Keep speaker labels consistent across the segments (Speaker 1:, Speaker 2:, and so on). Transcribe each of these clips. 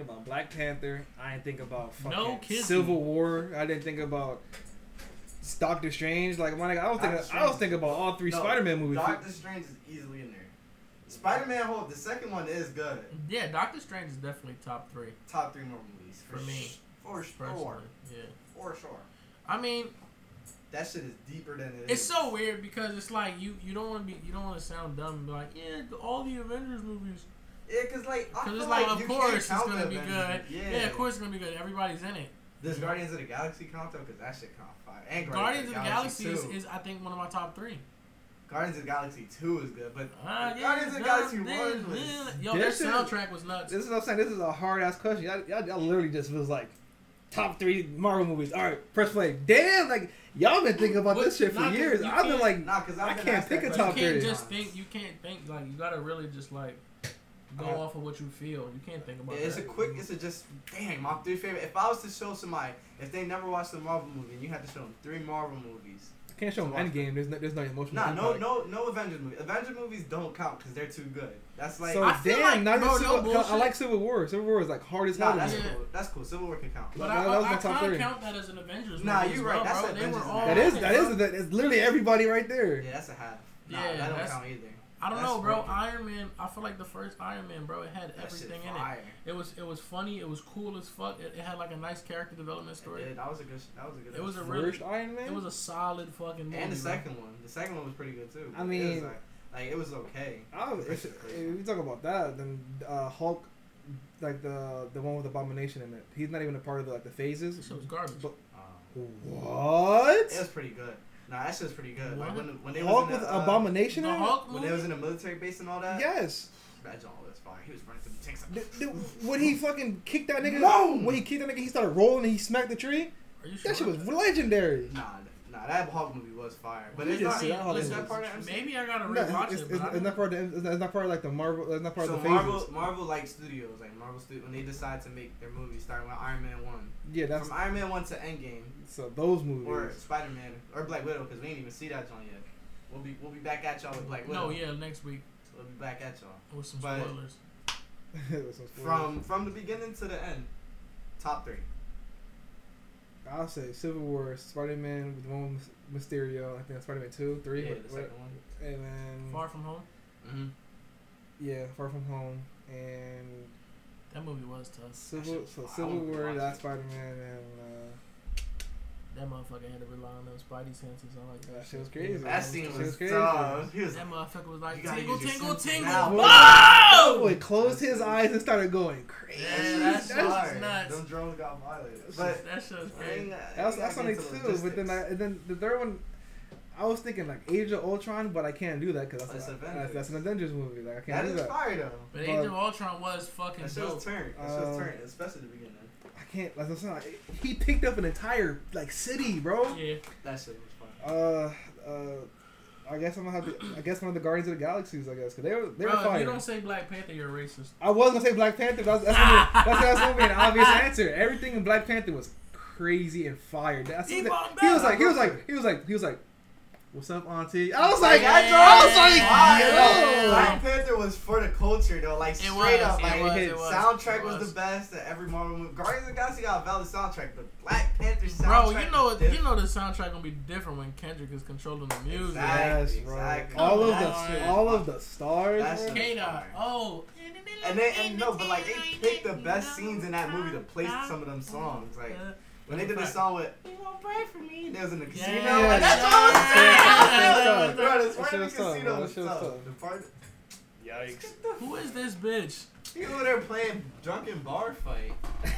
Speaker 1: about Black Panther. I didn't think about fucking
Speaker 2: No kidding.
Speaker 1: Civil War. I didn't think about Doctor Strange. Like my nigga, I was
Speaker 3: Doctor
Speaker 1: thinking. I
Speaker 3: Strange.
Speaker 1: was thinking about all three
Speaker 3: No,
Speaker 1: Spider-Man movies.
Speaker 3: Doctor Strange is easily in there. Spider Man hold the second one is good.
Speaker 2: Yeah, Doctor Strange is definitely top three
Speaker 3: Top three Marvel movies
Speaker 2: For me.
Speaker 3: sh- for
Speaker 2: personally.
Speaker 3: sure,
Speaker 2: Yeah,
Speaker 3: for sure.
Speaker 2: I mean,
Speaker 3: That shit is deeper than it is.
Speaker 2: It's so weird because it's like you you don't want to be you don't want to sound dumb and be like yeah the- all the Avengers movies
Speaker 3: Yeah, cause like
Speaker 2: because
Speaker 3: I feel
Speaker 2: it's
Speaker 3: like,
Speaker 2: like,
Speaker 3: you
Speaker 2: of course
Speaker 3: can't
Speaker 2: it's
Speaker 3: count
Speaker 2: gonna
Speaker 3: the
Speaker 2: be good
Speaker 3: Avengers.
Speaker 2: yeah. of course it's gonna be good everybody's in it
Speaker 3: Does Guardians of the Galaxy count though? Cause that shit count fire. And
Speaker 2: Guardians of the Galaxy is,
Speaker 3: 2.
Speaker 2: is I think one of my top three
Speaker 3: Guardians of the Galaxy Two is good, but
Speaker 2: Ah, yeah,
Speaker 3: Guardians of the Galaxy
Speaker 2: Guardians-
Speaker 3: One was-
Speaker 2: yeah. yo their
Speaker 1: This is-
Speaker 2: soundtrack was nuts
Speaker 1: This is what I'm saying. This is a hard ass question. Y'all, y'all, y'all literally just was like, top three Marvel movies. All right, press play. Damn, like y'all been thinking about
Speaker 2: But
Speaker 1: this shit for
Speaker 2: not just-
Speaker 1: years.
Speaker 2: you
Speaker 1: I've been
Speaker 2: can't-
Speaker 1: like,
Speaker 3: nah, cause I've
Speaker 1: I
Speaker 3: been
Speaker 1: can't
Speaker 3: asked that
Speaker 1: pick a
Speaker 2: you
Speaker 3: question
Speaker 1: top
Speaker 2: can't
Speaker 1: three.
Speaker 2: just think you can't think like you gotta really just like go
Speaker 3: Uh,
Speaker 2: off of what you feel you can't think about
Speaker 3: Yeah, it's a
Speaker 2: that.
Speaker 3: quick. It's a just dang. My three favorite. If I was to show somebody, if they never watched a Marvel movie, and you had to show them three Marvel movies.
Speaker 1: can't show them Endgame. There's no, there's no emotional.
Speaker 3: Nah, no,
Speaker 1: impact.
Speaker 3: no, no Avengers movie. Avengers movies don't count because they're too good. That's like.
Speaker 1: so
Speaker 2: I feel
Speaker 1: damn,
Speaker 2: like-
Speaker 1: not
Speaker 2: bro,
Speaker 1: even
Speaker 2: no
Speaker 1: Civil- I
Speaker 2: bullshit.
Speaker 1: like Civil War. Civil War is like hard as hell.
Speaker 3: nah,
Speaker 1: to
Speaker 3: that's
Speaker 1: me.
Speaker 2: Yeah.
Speaker 3: cool. That's cool. Civil War can count.
Speaker 2: but
Speaker 1: that-
Speaker 2: I,
Speaker 1: that was
Speaker 2: I,
Speaker 1: my
Speaker 2: I
Speaker 1: top
Speaker 2: kind
Speaker 1: three.
Speaker 2: of count that as an Avengers
Speaker 3: Nah,
Speaker 2: movie
Speaker 3: you
Speaker 2: as
Speaker 3: right,
Speaker 2: well,
Speaker 3: that's
Speaker 2: bro.
Speaker 3: an
Speaker 2: they were
Speaker 3: Avengers
Speaker 2: all
Speaker 1: that is that
Speaker 2: fucking-
Speaker 1: is that is literally everybody right there.
Speaker 3: Yeah, that's a half. Nah,
Speaker 2: Yeah,
Speaker 3: that don't
Speaker 2: that's-
Speaker 3: count either.
Speaker 2: I don't
Speaker 3: That's
Speaker 2: know, bro.
Speaker 3: fucking-
Speaker 2: Iron Man. I feel like the first Iron Man, bro. It had
Speaker 3: That shit
Speaker 2: everything in it.
Speaker 3: fire.
Speaker 2: It was it was funny. It was cool as fuck. It, it had like a nice character development story.
Speaker 3: It did. That was a good. sh- That was a good.
Speaker 2: It was a
Speaker 3: episode.
Speaker 2: really-
Speaker 1: First Iron Man.
Speaker 2: It was a solid fucking movie.
Speaker 3: And the
Speaker 2: bro.
Speaker 3: second one. The second one was pretty good too.
Speaker 1: I
Speaker 3: It was
Speaker 1: mean-
Speaker 3: like, like, it was okay.
Speaker 1: I was, if, if you talk about that, then uh, Hulk, like the the one with Abomination in it, he's not even a part of the, like the
Speaker 2: That
Speaker 1: phases.
Speaker 2: shit was garbage.
Speaker 1: But-
Speaker 3: Um,
Speaker 1: What?
Speaker 3: it was pretty good. Nah, that shit was pretty good. Like
Speaker 2: What?
Speaker 3: when, when they
Speaker 1: Hulk
Speaker 3: was
Speaker 1: with
Speaker 3: in the, uh,
Speaker 1: Abomination
Speaker 2: the
Speaker 1: in it?
Speaker 2: Hulk
Speaker 3: when
Speaker 2: movie.
Speaker 3: they was in the military base and all that.
Speaker 1: Yes.
Speaker 3: That John was fine. He was running through the tanks.
Speaker 1: D- d- when he fucking kicked that nigga,
Speaker 3: Boom!
Speaker 1: when he kicked that nigga, he started rolling and he smacked the tree.
Speaker 2: Are you sure?
Speaker 1: That shit was legendary.
Speaker 3: Nah, nah, that Hulk movie was fire. But
Speaker 1: We
Speaker 3: it's
Speaker 1: just
Speaker 3: not.
Speaker 1: see that Hulk
Speaker 3: is
Speaker 1: movie.
Speaker 3: that part of MCU?
Speaker 2: Maybe I gotta
Speaker 1: No,
Speaker 2: rewatch
Speaker 1: it's,
Speaker 2: it.
Speaker 1: it's,
Speaker 2: But I
Speaker 1: it's not part of the, it's it's not part of like the Marvel. It's not part
Speaker 3: So
Speaker 1: of the phases.
Speaker 3: Marvel, Marvel like studios, like Marvel studio, when they decide to make their movies, starting with Iron Man one,
Speaker 1: yeah, that's
Speaker 3: from Iron Man one to Endgame,
Speaker 1: so those movies.
Speaker 3: or Spider Man, or Black Widow, because we ain't even see that John yet. We'll be we'll be back at y'all with Black Widow.
Speaker 2: no, yeah, next week
Speaker 3: We'll be back at y'all.
Speaker 2: with some
Speaker 3: But-
Speaker 2: spoilers.
Speaker 1: With some spoilers.
Speaker 3: From from the beginning to the end, top three.
Speaker 1: I'll say Civil War, Spider Man with the one with Mysterio. I think that's Spider Man two, three,
Speaker 3: yeah,
Speaker 1: what-
Speaker 3: the
Speaker 1: what-
Speaker 3: second one.
Speaker 1: and then
Speaker 2: Far from Home.
Speaker 3: Mm-hmm.
Speaker 1: yeah, Far From Home and
Speaker 2: That movie was tough.
Speaker 1: Civil.
Speaker 3: shit-
Speaker 1: So
Speaker 3: I
Speaker 1: Civil
Speaker 3: would
Speaker 1: War,
Speaker 3: watch
Speaker 1: that
Speaker 3: it.
Speaker 1: Spider Man, and uh,
Speaker 2: That motherfucker had to rely on those Spidey senses. I like
Speaker 1: uh,
Speaker 2: that.
Speaker 1: that shit was
Speaker 2: Yeah.
Speaker 1: crazy.
Speaker 3: That
Speaker 1: Shit
Speaker 3: scene was
Speaker 1: crazy.
Speaker 3: tough. He was
Speaker 2: That
Speaker 3: like,
Speaker 2: motherfucker was
Speaker 3: You
Speaker 2: like
Speaker 3: gotta
Speaker 2: tingle,
Speaker 3: use your
Speaker 2: tingle,
Speaker 3: senses
Speaker 2: tingle.
Speaker 3: now, boy.
Speaker 2: Boom!
Speaker 1: Boy, closed his eyes and started going crazy.
Speaker 2: Yeah,
Speaker 3: "That's
Speaker 2: that shit was
Speaker 3: hard.
Speaker 2: nuts.
Speaker 3: Them drones got violated. But
Speaker 2: That shit was
Speaker 3: I ain't-
Speaker 2: crazy.
Speaker 3: I
Speaker 1: That was,
Speaker 3: ain't
Speaker 1: that's
Speaker 3: gotta
Speaker 1: only
Speaker 3: get into
Speaker 1: two,
Speaker 3: logistics.
Speaker 1: but then I, and then the third one, I was thinking like Age of Ultron, but I can't do that because that's,
Speaker 3: That's
Speaker 1: that's,
Speaker 3: Avengers.
Speaker 1: that's an Avengers movie. Like I
Speaker 3: that
Speaker 1: can't do
Speaker 3: is
Speaker 1: that.
Speaker 3: fire though.
Speaker 2: But Age of Ultron was fucking
Speaker 3: That shit
Speaker 2: dope.
Speaker 3: was turned. That shit was
Speaker 1: Um,
Speaker 3: turned, especially the beginning.
Speaker 1: I can't. Like, that's not, he picked up an entire like city, bro.
Speaker 2: Yeah.
Speaker 3: That shit was fire.
Speaker 1: Uh, uh, I guess I'm gonna have to. I guess one of the Guardians of the Galaxies. I guess because they were they were
Speaker 2: Bro, if you
Speaker 1: fire.
Speaker 2: don't say Black Panther, you're a racist.
Speaker 1: I was gonna say Black Panther. That's that's gonna, be, that's, that's gonna be an obvious answer. Everything in Black Panther was crazy and fire. That's
Speaker 2: Keep
Speaker 1: something-
Speaker 2: on
Speaker 1: he was
Speaker 2: back.
Speaker 1: like he was like he was like he was like, what's up, Auntie? I was like I was like
Speaker 2: Yeah.
Speaker 3: Why,
Speaker 1: yo.
Speaker 3: though? Black Panther was for the culture though, like
Speaker 2: It
Speaker 3: straight
Speaker 2: was,
Speaker 3: up.
Speaker 2: it
Speaker 3: Like
Speaker 2: was,
Speaker 3: his
Speaker 2: it was,
Speaker 3: soundtrack
Speaker 2: it
Speaker 3: was.
Speaker 2: was.
Speaker 3: the best that every Marvel movie. Guardians of the Galaxy got a valid soundtrack, but Black Panther soundtrack.
Speaker 2: Bro, you know
Speaker 3: was
Speaker 2: you
Speaker 3: different.
Speaker 2: know the soundtrack gonna be different when Kendrick is controlling the music.
Speaker 1: Yes,
Speaker 3: Exactly.
Speaker 1: bro.
Speaker 3: Exactly.
Speaker 1: All of
Speaker 2: That's
Speaker 1: the
Speaker 2: it.
Speaker 1: all of the stars.
Speaker 3: That's
Speaker 1: bro.
Speaker 3: it.
Speaker 2: Kata, oh.
Speaker 3: And they and no, but like they picked the best scenes in that movie to place some of them songs. Like
Speaker 2: uh,
Speaker 3: when they did the song with "You Won't Pray for Me," they was in the casino.
Speaker 1: Yeah.
Speaker 3: Like, that's all
Speaker 2: Yeah.
Speaker 3: I'm saying. Bro, this
Speaker 1: That
Speaker 3: part
Speaker 1: shit
Speaker 3: in the
Speaker 1: was tough,
Speaker 3: casino
Speaker 1: bro.
Speaker 3: was
Speaker 1: That shit was
Speaker 3: tough.
Speaker 1: tough.
Speaker 3: The part.
Speaker 1: Yikes.
Speaker 2: Who is this bitch?
Speaker 3: He over there playing drunken bar fight,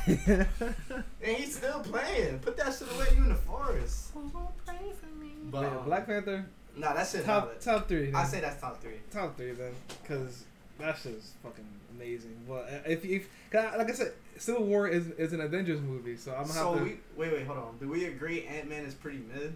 Speaker 3: and he's still playing. Put that shit away. You in the forest. But
Speaker 1: yeah,
Speaker 3: um,
Speaker 1: Black Panther
Speaker 3: Nah, that shit.
Speaker 1: top
Speaker 3: valid.
Speaker 1: top three.
Speaker 3: I
Speaker 1: then.
Speaker 3: say that's top three.
Speaker 1: top three then, because that shit's fucking amazing. But uh, if if cause I- like I said, Civil War is is an Avengers movie, so I'm gonna
Speaker 3: so
Speaker 1: have to.
Speaker 3: we wait, wait, hold on. Do we agree Ant Man is pretty mid?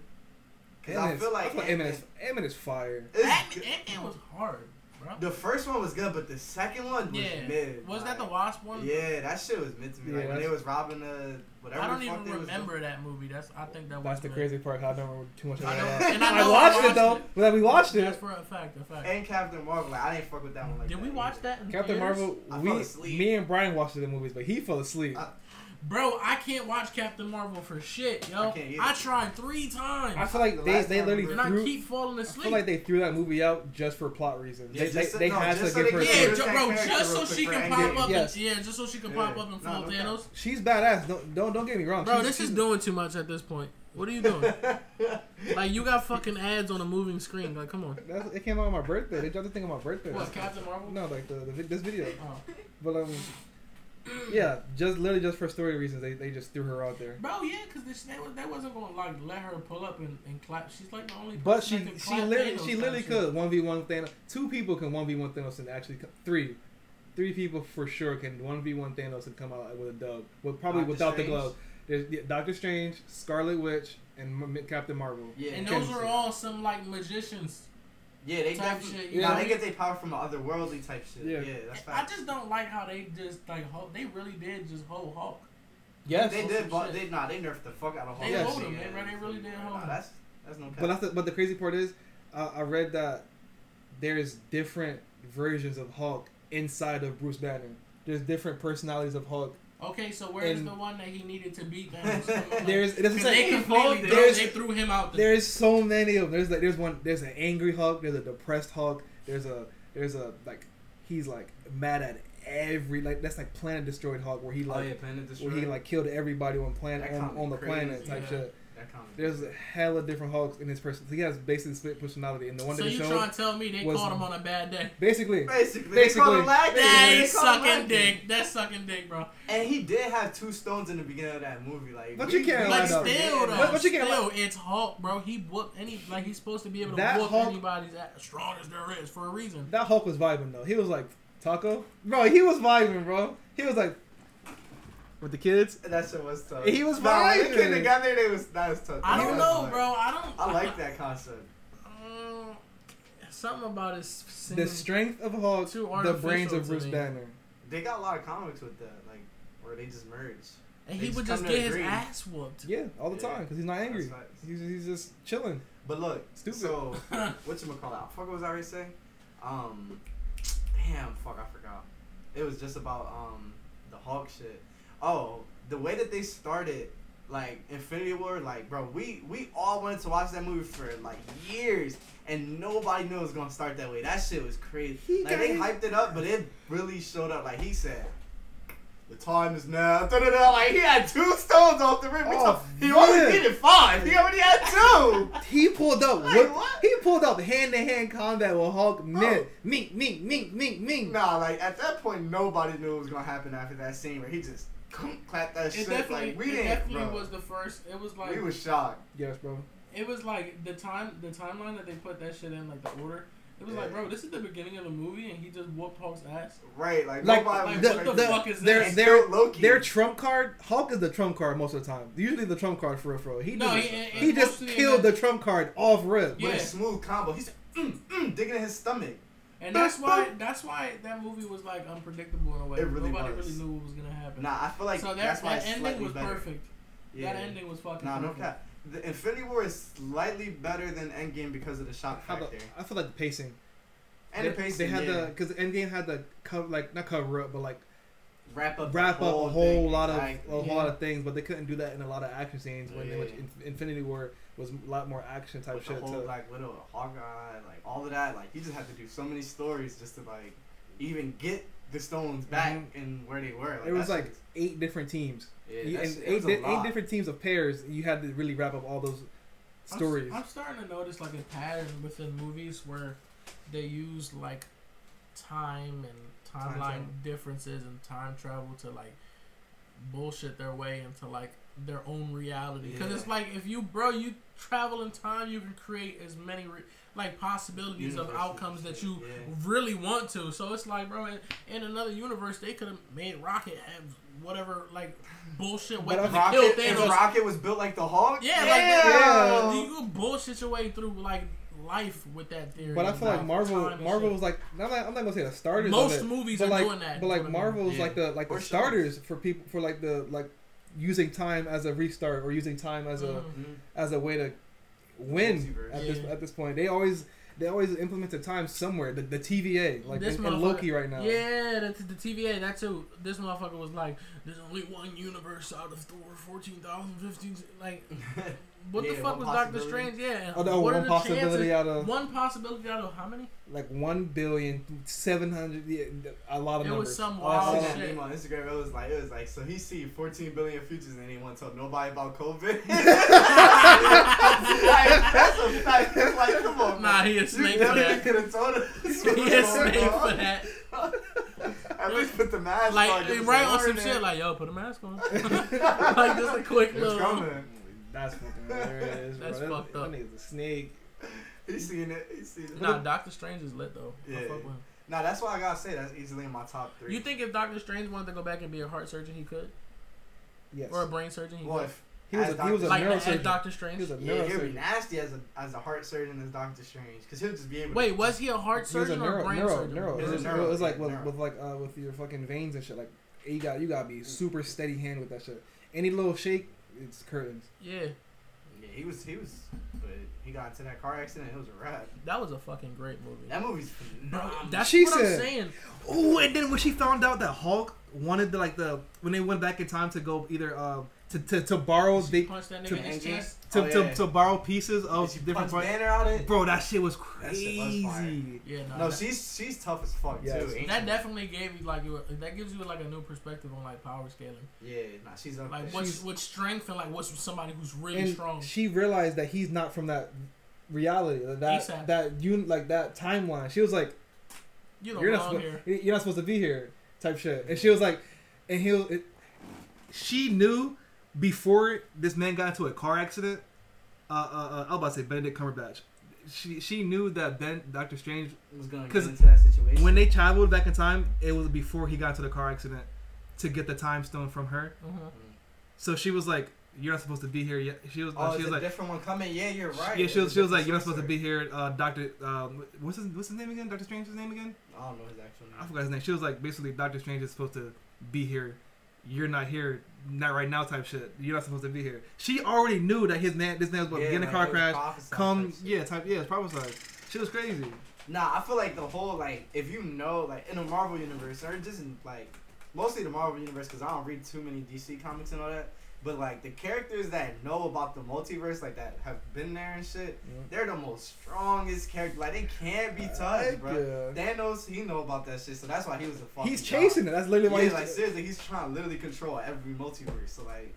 Speaker 3: Because I
Speaker 1: Ant-Man's-
Speaker 3: feel like
Speaker 1: Ant-Man is,
Speaker 3: Ant-Man-
Speaker 1: Ant-Man is fire.
Speaker 3: it's
Speaker 2: Ant
Speaker 3: good.
Speaker 2: Man was hard. bro.
Speaker 3: The first one was good, but the second one was
Speaker 2: yeah.
Speaker 3: mid.
Speaker 2: was that the
Speaker 3: like-
Speaker 2: Wasp one?
Speaker 3: Yeah, that shit was mid to me.
Speaker 1: Yeah,
Speaker 3: like when
Speaker 1: that's-
Speaker 3: they was robbing the whatever.
Speaker 2: I don't
Speaker 3: the fuck
Speaker 2: even
Speaker 3: they was
Speaker 2: remember that movie. That's I think that
Speaker 1: That's
Speaker 2: was
Speaker 1: the
Speaker 2: mid.
Speaker 1: crazy part. 'cause I don't remember too much of
Speaker 2: I know,
Speaker 1: that.
Speaker 2: and I,
Speaker 1: I
Speaker 2: know
Speaker 1: watched it though. But we watched
Speaker 2: That's
Speaker 1: it.
Speaker 2: for a fact. A fact.
Speaker 3: doing. And Captain Marvel, like, I didn't fuck with that one. Like
Speaker 2: Did
Speaker 3: that
Speaker 2: we
Speaker 3: either.
Speaker 2: watch that? In
Speaker 1: Captain
Speaker 2: theaters?
Speaker 1: Marvel.
Speaker 3: I fell
Speaker 1: We,
Speaker 3: asleep.
Speaker 1: me and Brian watched it in movies, but he fell asleep.
Speaker 3: I-
Speaker 2: Bro, I can't watch Captain Marvel for shit, yo.
Speaker 3: I can't either.
Speaker 2: I, tried three
Speaker 1: I
Speaker 2: times
Speaker 1: feel like
Speaker 3: The
Speaker 1: they,
Speaker 3: last
Speaker 1: they
Speaker 3: time
Speaker 1: literally
Speaker 3: we
Speaker 2: and I
Speaker 1: threw.
Speaker 2: keep falling
Speaker 1: I
Speaker 2: asleep.
Speaker 1: feel like they threw that movie out just for plot reasons.
Speaker 3: Yeah,
Speaker 1: They, they,
Speaker 3: just so-
Speaker 1: they
Speaker 3: no,
Speaker 1: had to
Speaker 3: just so
Speaker 1: give
Speaker 3: they
Speaker 1: her.
Speaker 3: could-
Speaker 1: a
Speaker 2: yeah,
Speaker 1: story.
Speaker 2: ju-
Speaker 3: that
Speaker 2: bro,
Speaker 3: character
Speaker 2: just so
Speaker 3: real
Speaker 2: she
Speaker 3: quick
Speaker 2: can
Speaker 3: for
Speaker 2: pop
Speaker 3: Endgame.
Speaker 2: up.
Speaker 1: Yes.
Speaker 2: And, yeah, just so she can
Speaker 3: Yeah.
Speaker 2: pop up and
Speaker 3: No,
Speaker 2: fool
Speaker 3: no
Speaker 2: Thanos.
Speaker 3: doubt.
Speaker 1: She's badass. Don't don't don't get me wrong.
Speaker 2: Bro,
Speaker 1: she's,
Speaker 2: this
Speaker 1: she's,
Speaker 2: is doing too much at this point. What are you doing? like, you got fucking ads on a moving screen. Like, come on.
Speaker 1: That's, it came out on my birthday. They dropped the thing on my birthday.
Speaker 2: What, Captain Marvel?
Speaker 1: No, like the, the vi- this video.
Speaker 2: Oh.
Speaker 1: But um, yeah, just literally just for story reasons, they, they just threw her out there.
Speaker 2: Bro, yeah, because they, they, was- they wasn't going to, like, let her pull up and, and clap. She's, like, the only
Speaker 1: But
Speaker 2: person
Speaker 1: she
Speaker 2: that can
Speaker 1: she
Speaker 2: clap
Speaker 1: literally
Speaker 2: Thanos
Speaker 1: she literally
Speaker 2: type shit.
Speaker 1: could one v one Thanos. Two people can one v one Thanos and actually co- three, three people for sure can one v one Thanos and come out with a dub. With probably
Speaker 3: Doctor
Speaker 1: without the
Speaker 3: Strange.
Speaker 1: glove. There's yeah, Doctor Strange, Scarlet Witch, and M- Captain Marvel.
Speaker 3: Yeah,
Speaker 2: And
Speaker 1: Can
Speaker 2: those
Speaker 1: see.
Speaker 2: are all some, like, magicians.
Speaker 3: yeah, they
Speaker 2: type
Speaker 3: definitely.
Speaker 2: shit,
Speaker 1: you
Speaker 3: nah,
Speaker 1: know?
Speaker 3: they get their power from the otherworldly type shit.
Speaker 1: Yeah.
Speaker 3: Yeah, that's
Speaker 2: I
Speaker 3: fine.
Speaker 2: just don't like how they just, like, Hulk, they really did just whole Hulk.
Speaker 1: Yes.
Speaker 3: They
Speaker 2: Yes.
Speaker 3: did, but
Speaker 2: Shit.
Speaker 3: they nah, they nerfed the fuck out of Hulk.
Speaker 2: They
Speaker 1: Yes.
Speaker 2: hold him, man.
Speaker 3: Yeah.
Speaker 2: Right? They really did hold
Speaker 3: Nah,
Speaker 2: him.
Speaker 3: that's that's no.
Speaker 1: But
Speaker 3: cap.
Speaker 1: that's the, but the crazy part is, uh, I read that there's different versions of Hulk inside of Bruce Banner. There's different personalities of Hulk.
Speaker 2: Okay, so where's
Speaker 1: And-
Speaker 2: the one that he needed to beat? Thanos? Like,
Speaker 1: There's it doesn't
Speaker 2: 'cause
Speaker 1: say
Speaker 2: they confolded him.
Speaker 1: there's-
Speaker 2: They threw him out. The,
Speaker 1: There's so many of them. There's like there's one. There's an angry Hulk. There's a depressed Hulk. There's a there's a like he's like mad at every like that's like Planet Destroyed Hulk where he
Speaker 3: oh
Speaker 1: like
Speaker 3: yeah, Planet
Speaker 1: where he
Speaker 3: Destroyer.
Speaker 1: like killed everybody on planet
Speaker 3: That
Speaker 1: on,
Speaker 3: comic
Speaker 1: on the
Speaker 3: crazy.
Speaker 1: planet type
Speaker 2: Yeah.
Speaker 1: shit.
Speaker 3: that comic.
Speaker 1: There's a hella different Hulks in his person. He has basically split personality, and the one
Speaker 2: so
Speaker 1: that he
Speaker 2: you
Speaker 1: showed
Speaker 2: trying to tell me they
Speaker 1: was-
Speaker 2: caught him on a bad day?
Speaker 1: basically
Speaker 3: basically,
Speaker 1: Basically.
Speaker 3: they call him Lackey.
Speaker 2: That
Speaker 3: They
Speaker 2: is
Speaker 3: call him
Speaker 2: sucking
Speaker 3: Lackey.
Speaker 2: dick. That's sucking dick, bro.
Speaker 3: And he did have two stones in the beginning of that movie. Like,
Speaker 1: But
Speaker 3: we-
Speaker 1: you can't
Speaker 3: we
Speaker 1: lie
Speaker 2: Like
Speaker 1: I know.
Speaker 2: still
Speaker 3: forget
Speaker 2: though,
Speaker 1: But- but you can't
Speaker 2: still it's Hulk, bro. He whooped any like he's supposed to be able to
Speaker 1: That
Speaker 2: whoop
Speaker 1: Hulk-
Speaker 2: anybody's ass strong as there is for a reason.
Speaker 1: that Hulk was vibing though. He was like Taco, bro. He was vibing, bro. He was like with the kids.
Speaker 3: That shit was tough.
Speaker 1: He was
Speaker 3: nah, when
Speaker 1: vibing.
Speaker 3: they came together. They was that was tough.
Speaker 2: I
Speaker 3: That
Speaker 2: don't
Speaker 3: was
Speaker 2: know,
Speaker 3: hard.
Speaker 2: bro. I don't.
Speaker 3: I like that concept.
Speaker 2: Mm, something about his sin.
Speaker 1: The strength of Hulk,
Speaker 2: Too
Speaker 1: the
Speaker 2: artificial
Speaker 1: brains of
Speaker 2: to
Speaker 1: Bruce
Speaker 2: me.
Speaker 1: Banner.
Speaker 3: They got a lot of comics with that, like where they just merge.
Speaker 2: and he
Speaker 3: They
Speaker 2: would just
Speaker 3: just come to
Speaker 2: get his
Speaker 3: agree.
Speaker 2: ass whooped.
Speaker 1: Yeah, all the
Speaker 3: Yeah.
Speaker 1: time because he's not angry.
Speaker 3: That's facts.
Speaker 1: He's, he's just chilling.
Speaker 3: But look,
Speaker 1: Stupid.
Speaker 3: So what you call out? Fuck, what was I already saying? Um, damn, fuck, I forgot. It was just about um the Hulk shit. Oh, the way that they started, like Infinity War, like bro, we we all wanted to watch that movie for like years, and nobody knew it was gonna start that way. That shit was crazy.
Speaker 1: He
Speaker 3: like they
Speaker 1: got
Speaker 3: hyped it up, but it really showed up. Like he said. The time is now. Da-da-da. Like he had two stones off the rim. We
Speaker 1: Oh,
Speaker 3: talk- he only
Speaker 1: man.
Speaker 3: needed five. He already had two.
Speaker 1: He pulled up.
Speaker 3: Like,
Speaker 1: with-
Speaker 3: what?
Speaker 1: He pulled up hand to hand combat with Hulk. Ming, ming, ming, ming, ming, ming.
Speaker 3: Nah, like at that point, nobody knew what was gonna happen after that scene where he just clapped that
Speaker 2: It
Speaker 3: shit.
Speaker 2: definitely,
Speaker 3: Like we
Speaker 2: it
Speaker 3: didn't,
Speaker 2: definitely
Speaker 3: bro.
Speaker 2: was the first. It was like
Speaker 3: we was shocked.
Speaker 1: Yes, bro.
Speaker 2: it was like the time, the timeline that they put that shit in, like the order. It was
Speaker 3: Yeah.
Speaker 2: like, bro, this is the beginning of the movie, and he just whooped Hulk's ass.
Speaker 3: Right, like,
Speaker 1: Like,
Speaker 3: nobody
Speaker 2: like,
Speaker 3: was
Speaker 1: the,
Speaker 2: what
Speaker 1: the,
Speaker 2: the fuck is
Speaker 1: their,
Speaker 2: this?
Speaker 1: their,
Speaker 3: Loki.
Speaker 1: their trump card. Hulk is the trump card most of the time. Usually the trump card for real, for real. He
Speaker 2: No,
Speaker 1: just,
Speaker 2: he-
Speaker 1: he,
Speaker 2: he-
Speaker 1: just
Speaker 2: mostly-
Speaker 1: killed the trump card off rip.
Speaker 3: with
Speaker 2: Yeah.
Speaker 3: a smooth combo. He's mm, mm, digging in his stomach.
Speaker 2: And that's why, that's why that movie was like unpredictable in a way.
Speaker 3: It really
Speaker 2: Nobody
Speaker 3: was.
Speaker 2: really knew what was gonna happen.
Speaker 3: Nah, I feel like
Speaker 2: so that,
Speaker 3: that's why
Speaker 2: that
Speaker 3: it's
Speaker 2: ending
Speaker 3: slightly
Speaker 2: was
Speaker 3: better.
Speaker 2: perfect.
Speaker 3: Yeah.
Speaker 2: That ending was fucking.
Speaker 3: Nah, no
Speaker 2: perfect.
Speaker 3: cap. The Infinity War is slightly better than Endgame because of the shock
Speaker 1: How the-
Speaker 3: factor
Speaker 1: I feel like the pacing.
Speaker 3: and the
Speaker 1: They-
Speaker 3: pacing.
Speaker 1: They had
Speaker 3: yeah.
Speaker 1: the because Endgame had the cover like not cover up, but like
Speaker 3: wrap up, the
Speaker 1: wrap up a whole
Speaker 3: thing,
Speaker 1: lot of
Speaker 3: like,
Speaker 1: a whole
Speaker 2: Yeah.
Speaker 1: lot of things, but they couldn't do that in a lot of action scenes. When
Speaker 3: Yeah.
Speaker 1: which in, Infinity War was a lot more action type
Speaker 3: with
Speaker 1: shit.
Speaker 3: the whole
Speaker 1: to-
Speaker 3: Black Widow, Hawkeye, like all of that. Like you just have to do so many stories just to like even get the stones back
Speaker 1: Mhm.
Speaker 3: and where they were. Like,
Speaker 1: it was
Speaker 3: that
Speaker 1: like
Speaker 3: shit's-
Speaker 1: eight different teams,
Speaker 3: yeah,
Speaker 1: You-
Speaker 3: that
Speaker 1: and
Speaker 3: shit- it
Speaker 1: eight,
Speaker 3: was a
Speaker 1: di- eight
Speaker 3: lot.
Speaker 1: different teams of pairs. You had to really wrap up all those
Speaker 2: I'm s-
Speaker 1: stories.
Speaker 2: I'm, starting to notice like a pattern within movies where they use like time and
Speaker 3: Time
Speaker 2: timeline
Speaker 3: travel.
Speaker 2: differences and time travel to like bullshit their way into like their own reality. Because it's
Speaker 3: Yeah.
Speaker 2: like if you, bro, you travel in time, you can create as many re- like possibilities of
Speaker 3: Universes,
Speaker 2: outcomes that you
Speaker 3: yeah.
Speaker 2: really want to. So it's like, bro, in, in another universe, they could have made Rocket have whatever like bullshit
Speaker 1: But
Speaker 2: weapon to kill
Speaker 3: Rocket, if
Speaker 2: Thanos.
Speaker 3: Rocket was built like the Hulk.
Speaker 2: Yeah,
Speaker 1: Yeah.
Speaker 2: like that, you can bullshit your way through like life with that theory.
Speaker 1: But I feel like
Speaker 2: about
Speaker 1: Marvel,
Speaker 2: time and
Speaker 1: Marvel
Speaker 2: shit.
Speaker 1: was like I'm not, I'm not gonna say the starters.
Speaker 2: Most
Speaker 1: of it,
Speaker 2: movies
Speaker 1: but
Speaker 2: are
Speaker 1: like,
Speaker 2: doing that.
Speaker 1: But like
Speaker 2: But-
Speaker 1: Marvel's
Speaker 4: Yeah.
Speaker 1: like the like
Speaker 3: Or
Speaker 1: the
Speaker 3: shows.
Speaker 1: starters for people for like the like using time as a restart or using time as a
Speaker 2: Mhm.
Speaker 3: Mhm.
Speaker 1: as a way to win
Speaker 3: Multiverse.
Speaker 1: at this
Speaker 2: Yeah.
Speaker 1: at this point. They always they always implement the time somewhere. The, the TVA like
Speaker 2: This
Speaker 1: in,
Speaker 2: motherfucker-
Speaker 1: in Loki right now.
Speaker 2: Yeah, the, the TVA, that too. This motherfucker was like, there's only one universe out of Thor 14,015. Like, what the
Speaker 3: Yeah,
Speaker 2: fuck
Speaker 3: one
Speaker 2: was Doctor
Speaker 3: possibility.
Speaker 2: Strange? Yeah. and
Speaker 1: Oh, no,
Speaker 2: what are
Speaker 1: one
Speaker 2: the
Speaker 1: possibility
Speaker 2: chances-
Speaker 1: out of
Speaker 2: One possibility out of how many?
Speaker 1: like one billion seven hundred. Yeah, a lot of
Speaker 2: It
Speaker 1: numbers.
Speaker 2: was some
Speaker 1: All I
Speaker 3: I
Speaker 2: wild
Speaker 1: saw
Speaker 3: seen
Speaker 1: that-
Speaker 3: that
Speaker 2: shit.
Speaker 3: meme on Instagram. It was like, it was like, so he see 14 billion futures and he won't tell nobody about COVID. like, that's a fact. It's like, come on,
Speaker 2: Nah,
Speaker 3: man.
Speaker 2: he a snake
Speaker 3: You
Speaker 2: for that.
Speaker 3: definitely could have told us. He
Speaker 2: He a snake for that.
Speaker 3: At least put the mask on.
Speaker 2: Like,
Speaker 3: give us
Speaker 2: right
Speaker 3: a
Speaker 2: on some
Speaker 3: warning.
Speaker 2: shit, like, yo, put a mask on. like, just a quick
Speaker 3: it's
Speaker 2: little.
Speaker 3: coming.
Speaker 1: That's fucking hilarious.
Speaker 2: That's
Speaker 1: bro.
Speaker 2: fucked
Speaker 1: that,
Speaker 2: up.
Speaker 1: That nigga's a snake.
Speaker 3: He's seeing it. He's seeing it.
Speaker 2: Nah, Doctor Strange is lit, though. I
Speaker 3: Yeah.
Speaker 2: fuck with him.
Speaker 3: Nah, that's why I gotta say that's easily in my top three.
Speaker 2: You think if Doctor Strange wanted to go back and be a heart surgeon, he could?
Speaker 1: Yes.
Speaker 2: Or a brain surgeon, he
Speaker 3: Well,
Speaker 2: could?
Speaker 3: if
Speaker 1: He was
Speaker 3: as
Speaker 1: a, he was a
Speaker 3: Doctor-
Speaker 2: Like, as
Speaker 1: neurosurgeon.
Speaker 2: Doctor
Speaker 1: he
Speaker 2: Strange?
Speaker 1: was a
Speaker 3: yeah, he'll be
Speaker 1: neurosurgeon.
Speaker 3: nasty as a as a heart surgeon as Doctor Strange, cause he'll just be able.
Speaker 2: Wait, was he a heart
Speaker 1: He was a
Speaker 2: surgeon or a
Speaker 1: neuro,
Speaker 2: brain
Speaker 1: neuro,
Speaker 2: surgeon?
Speaker 1: neuro.
Speaker 3: He
Speaker 1: It
Speaker 3: was a
Speaker 1: was,
Speaker 3: neuro,
Speaker 1: it was like
Speaker 3: yeah,
Speaker 1: with,
Speaker 3: neuro.
Speaker 1: with like uh, with your fucking veins and shit. Like you got you gotta be super steady hand with that shit. Any little shake, it's curtains.
Speaker 2: Yeah,
Speaker 3: Yeah, he was. He was. But he got into that car accident. It was a wrap.
Speaker 2: that was a fucking great movie.
Speaker 3: That movie's
Speaker 2: Bro,
Speaker 3: phenomenal.
Speaker 2: that's
Speaker 1: She
Speaker 2: what I'm
Speaker 1: said-
Speaker 2: saying.
Speaker 1: Oh, and then when she found out that Hulk wanted the like the when they went back in time to go either um to to, to borrow
Speaker 2: She
Speaker 1: big
Speaker 2: punched that nigga
Speaker 1: to-
Speaker 2: in his chest.
Speaker 1: to,
Speaker 3: oh, yeah.
Speaker 1: to, to borrow pieces
Speaker 3: And
Speaker 1: of
Speaker 3: she
Speaker 1: different
Speaker 3: punched
Speaker 1: parts.
Speaker 3: Banner out it.
Speaker 1: Bro, that shit was
Speaker 3: That shit was
Speaker 1: crazy.
Speaker 3: fire.
Speaker 2: Yeah, no,
Speaker 3: No,
Speaker 2: that,
Speaker 3: she's she's tough as fuck
Speaker 1: Yeah,
Speaker 3: too.
Speaker 1: she-
Speaker 3: ain't
Speaker 2: that
Speaker 3: she?
Speaker 2: definitely gave you like you a- that gives you like a new perspective on like power scaling,
Speaker 3: Yeah, nah, she's up
Speaker 2: like
Speaker 3: there.
Speaker 2: what's
Speaker 1: She's-
Speaker 2: what's strength and like what's somebody who's really
Speaker 1: and
Speaker 2: strong.
Speaker 1: she realized that he's not from that reality, that
Speaker 2: ASAP.
Speaker 1: that un, like that timeline. She was like,
Speaker 2: you
Speaker 1: "You're
Speaker 2: don't
Speaker 1: not
Speaker 2: belong
Speaker 1: supposed,
Speaker 2: here.
Speaker 1: you're not supposed to be here," type shit. And she was like, and he, was- it, she knew before this man got into a car accident. Uh, uh, uh, I was about to say Benedict Cumberbatch. She she knew that Ben Doctor Strange
Speaker 3: was gonna get
Speaker 1: 'cause
Speaker 3: into that situation.
Speaker 1: when they traveled back in time, it was before he got into the car accident to get the time stone from her.
Speaker 2: Mhm.
Speaker 3: Mm.
Speaker 1: So she was like, "You're not supposed to be here yet." She was uh,
Speaker 3: oh,
Speaker 1: she
Speaker 3: it's
Speaker 1: was
Speaker 3: a
Speaker 1: like,
Speaker 3: different one coming. Yeah, you're right.
Speaker 1: Yeah, she was,
Speaker 3: It's a
Speaker 1: she was like,
Speaker 3: different
Speaker 1: "You're not supposed to
Speaker 3: story.
Speaker 1: be here, uh, Doctor. Um, what's his what's his name again? Doctor Strange's name again?
Speaker 3: I don't know his actual name.
Speaker 1: I forgot his name. She was like, basically, Doctor Strange is supposed to be here. You're not here, not right now, type shit. You're not supposed to be here. She already knew that his man, this man was about to get in a
Speaker 3: like,
Speaker 1: car
Speaker 3: it was
Speaker 1: crash.
Speaker 3: prophesied
Speaker 1: Come,
Speaker 3: type shit.
Speaker 1: yeah, type, yeah, it's prophesied. She was crazy.
Speaker 3: Nah, I feel like the whole like if you know like in the Marvel universe or just in, like mostly the Marvel universe because I don't read too many DC comics and all that. But like the characters that know about the multiverse, like that have been there and shit, they're the most strongest character. Like they can't be touched, bro. Thanos, he know about that shit, so that's why he was a fucking.
Speaker 1: He's chasing it. That's literally
Speaker 3: God.
Speaker 1: why
Speaker 3: Yeah,
Speaker 1: he's
Speaker 3: like seriously, he's trying to literally control every multiverse. So like,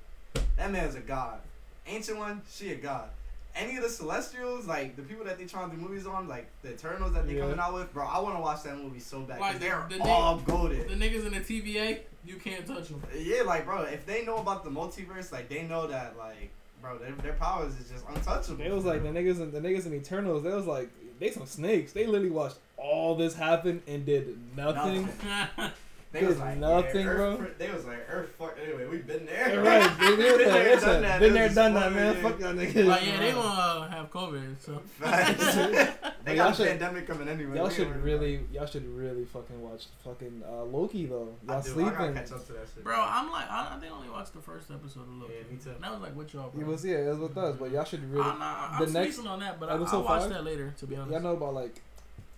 Speaker 3: that man's a god. Ancient one, she a god. Any of the Celestials, like the people that they trying to do movies on, like the Eternals that they
Speaker 1: Yeah.
Speaker 3: coming out with, bro, I want to watch that movie so bad. 'cause
Speaker 2: Like,
Speaker 3: they're
Speaker 2: the
Speaker 3: all
Speaker 2: The
Speaker 3: goaded.
Speaker 2: niggas in the TVA, you can't touch them.
Speaker 3: Yeah, like bro, if they know about the multiverse, like they know that, like bro, their, their powers is just untouchable.
Speaker 1: It was like the niggas and the niggas in Eternals. They was like they some snakes. They literally watched all this happen and did nothing.
Speaker 3: Nothing. they
Speaker 1: there's
Speaker 3: was like
Speaker 1: nothing,
Speaker 3: yeah, Earth,
Speaker 1: bro.
Speaker 3: They was like Earth, fuck. Anyway, we've been
Speaker 1: Yeah,
Speaker 3: there.
Speaker 1: right. They, they was
Speaker 3: Been
Speaker 1: like,
Speaker 3: there,
Speaker 1: listen,
Speaker 3: done that.
Speaker 1: been
Speaker 3: They
Speaker 1: there,
Speaker 3: was
Speaker 1: done that, man.
Speaker 3: exploiting
Speaker 1: Fuck
Speaker 3: it.
Speaker 1: y'all niggas.
Speaker 2: like, yeah, they gonna uh, have COVID. So
Speaker 3: Facts.
Speaker 1: But
Speaker 3: they
Speaker 1: y'all
Speaker 3: got a
Speaker 1: should,
Speaker 3: pandemic coming anyway.
Speaker 1: y'all
Speaker 3: We
Speaker 1: should
Speaker 3: ain't worried about it.
Speaker 1: really, y'all should really fucking watch fucking uh, Loki though. Y'all
Speaker 3: I do. I gotta
Speaker 1: sleeping?
Speaker 3: catch up to that shit.
Speaker 2: bro, I'm like, I, I think I only watched the first episode of Loki.
Speaker 3: Yeah, me too.
Speaker 2: And I was like, what y'all?
Speaker 1: It
Speaker 2: bro?
Speaker 1: was yeah, it was with us, but y'all should really.
Speaker 2: I'm, not, I'm
Speaker 1: the next-
Speaker 2: sleeping on that, but I, I'll
Speaker 1: episode
Speaker 2: watch
Speaker 1: five?
Speaker 2: that later. Ah, To be honest,
Speaker 1: Y'all know about like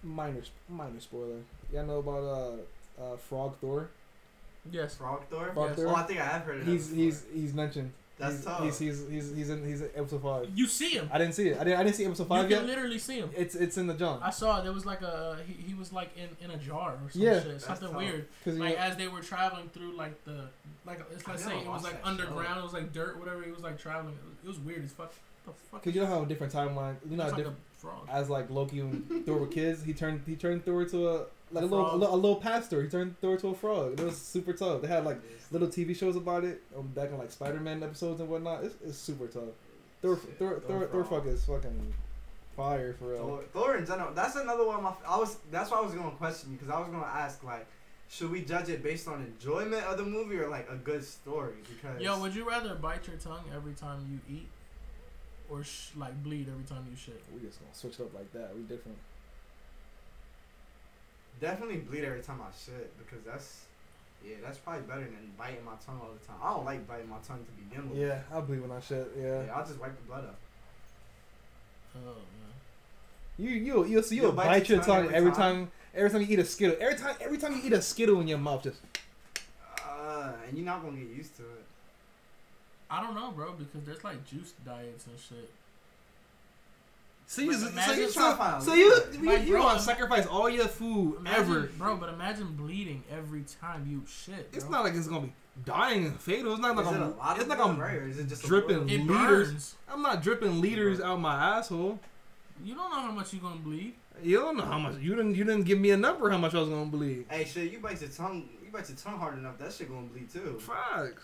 Speaker 1: minor, minor spoiler. Y'all know about uh, uh Frog Thor.
Speaker 2: yes.
Speaker 3: Frog Thor?
Speaker 1: Frog
Speaker 2: Yes.
Speaker 1: Thor.
Speaker 3: Oh, I think I have heard of that
Speaker 1: he's
Speaker 3: before.
Speaker 1: he's he's mentioned.
Speaker 3: That's
Speaker 1: he's,
Speaker 3: tough.
Speaker 1: He's he's he's he's in he's in episode five.
Speaker 2: You see him.
Speaker 1: I didn't see it. I didn't I didn't see episode
Speaker 2: you
Speaker 1: five
Speaker 2: can
Speaker 1: yet.
Speaker 2: literally see him.
Speaker 1: It's it's in the junk
Speaker 2: I saw it. There was like a he, he was like in, in a jar or some
Speaker 1: Yeah.
Speaker 2: shit,
Speaker 3: That's
Speaker 2: something
Speaker 3: tough.
Speaker 2: weird.
Speaker 1: because
Speaker 2: Like as they were traveling through like the like it's
Speaker 3: I
Speaker 2: like
Speaker 3: never
Speaker 2: saying it was
Speaker 3: watched
Speaker 2: like
Speaker 3: that
Speaker 2: underground. It was like dirt, whatever. It was like traveling. It was, it was weird as fuck. What the fuck?
Speaker 1: because you know how a different timeline. You know
Speaker 2: It's
Speaker 1: how
Speaker 2: like
Speaker 1: different.
Speaker 2: a frog.
Speaker 1: as like Loki and Thor were kids, he turned he turned Thor to a like a
Speaker 2: A
Speaker 1: little, a
Speaker 2: frog.
Speaker 1: little a little pastor. He turned Thor to a frog. It was super tough. They had like little TV shows about it um, back in like Spider Man episodes and whatnot. It's, it's super tough. Thor
Speaker 3: Shit,
Speaker 1: Thor Thor Thor
Speaker 3: Frog.
Speaker 1: fuck is fucking fire for real.
Speaker 3: Thor, Thor in general. That's another one. Of my, I was. That's why I was gonna question you because I was gonna ask like, should we judge it based on enjoyment of the movie or like a good story? Because
Speaker 2: Yo, would you rather bite your tongue every time you eat or sh- like bleed every time you shit?
Speaker 1: We just gonna switch it up like that. We different.
Speaker 3: Definitely bleed every time I shit because that's yeah, that's probably better than biting my tongue all the time. I don't like biting my tongue to begin with.
Speaker 1: Yeah, I bleed when I shit. Yeah.
Speaker 3: Yeah, I'll just wipe the blood up.
Speaker 2: Oh man,
Speaker 1: You you you'll see you'll,
Speaker 3: You'll
Speaker 1: bite, your tongue, every time every time you eat a skittle every time every time you eat a skittle in your mouth just
Speaker 3: Uh, and you're not gonna get used to it.
Speaker 2: I don't know, bro, because there's like juice diets and shit.
Speaker 1: so you
Speaker 2: Like,
Speaker 1: so
Speaker 2: imagine
Speaker 1: you
Speaker 3: trying to
Speaker 1: so,
Speaker 3: find a
Speaker 1: so
Speaker 3: loophole.
Speaker 1: you you,
Speaker 2: Like,
Speaker 1: you
Speaker 2: bro,
Speaker 1: gonna sacrifice all your food
Speaker 2: Imagine,
Speaker 1: ever.
Speaker 2: bro. But imagine bleeding every time you shit.
Speaker 1: It's
Speaker 2: bro.
Speaker 1: not like it's gonna be dying and fatal. It's not like
Speaker 3: Is it a
Speaker 1: I'm
Speaker 3: lot of
Speaker 1: it's like
Speaker 3: blood,
Speaker 1: I'm
Speaker 3: right, or is it just a
Speaker 1: dripping.
Speaker 3: little?
Speaker 2: It
Speaker 1: liters.
Speaker 2: burns.
Speaker 1: I'm not dripping liters out my asshole.
Speaker 2: You don't know how much you're gonna bleed.
Speaker 1: You don't know how much you didn't you didn't give me a number how much I was gonna bleed.
Speaker 3: Hey, shit, you bite your tongue, you bite your tongue hard enough, that shit gonna bleed too.
Speaker 1: Facts.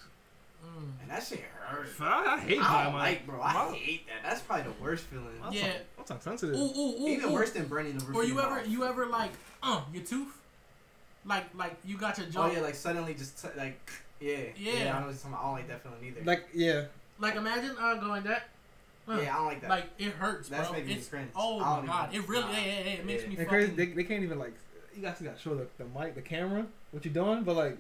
Speaker 2: Mm.
Speaker 3: And that shit hurts.
Speaker 1: Fuck, I hate
Speaker 3: I
Speaker 1: my
Speaker 3: don't like, bro. I
Speaker 1: my-
Speaker 3: hate that. That's probably the worst feeling.
Speaker 1: my tongue-
Speaker 2: Yeah.
Speaker 1: my tongue's sensitive.
Speaker 2: Ooh, ooh, ooh,
Speaker 3: Even
Speaker 2: ooh.
Speaker 3: worse than burning the roof.
Speaker 2: Or
Speaker 3: of
Speaker 2: you
Speaker 3: your
Speaker 2: ever,
Speaker 3: mouth.
Speaker 2: you ever like, um, your tooth, like, like you got your jaw.
Speaker 3: Oh yeah, like suddenly just t- like yeah,
Speaker 2: Yeah.
Speaker 3: I know what you're talking about. I don't like that feeling either.
Speaker 1: Like yeah.
Speaker 2: Like imagine uh, going that. Uh,
Speaker 3: yeah, I don't like that.
Speaker 2: Like it hurts,
Speaker 3: That's
Speaker 2: bro.
Speaker 3: making me
Speaker 2: It's,
Speaker 3: cringe.
Speaker 2: oh
Speaker 3: I don't
Speaker 2: my god,
Speaker 3: even-
Speaker 2: it really,
Speaker 3: nah.
Speaker 2: yeah, yeah, yeah, it makes
Speaker 3: Yeah.
Speaker 2: me
Speaker 1: They're
Speaker 2: fucking.
Speaker 1: crazy. They, they can't even like. You guys gotta show the, the mic, the camera, what you doing, but like,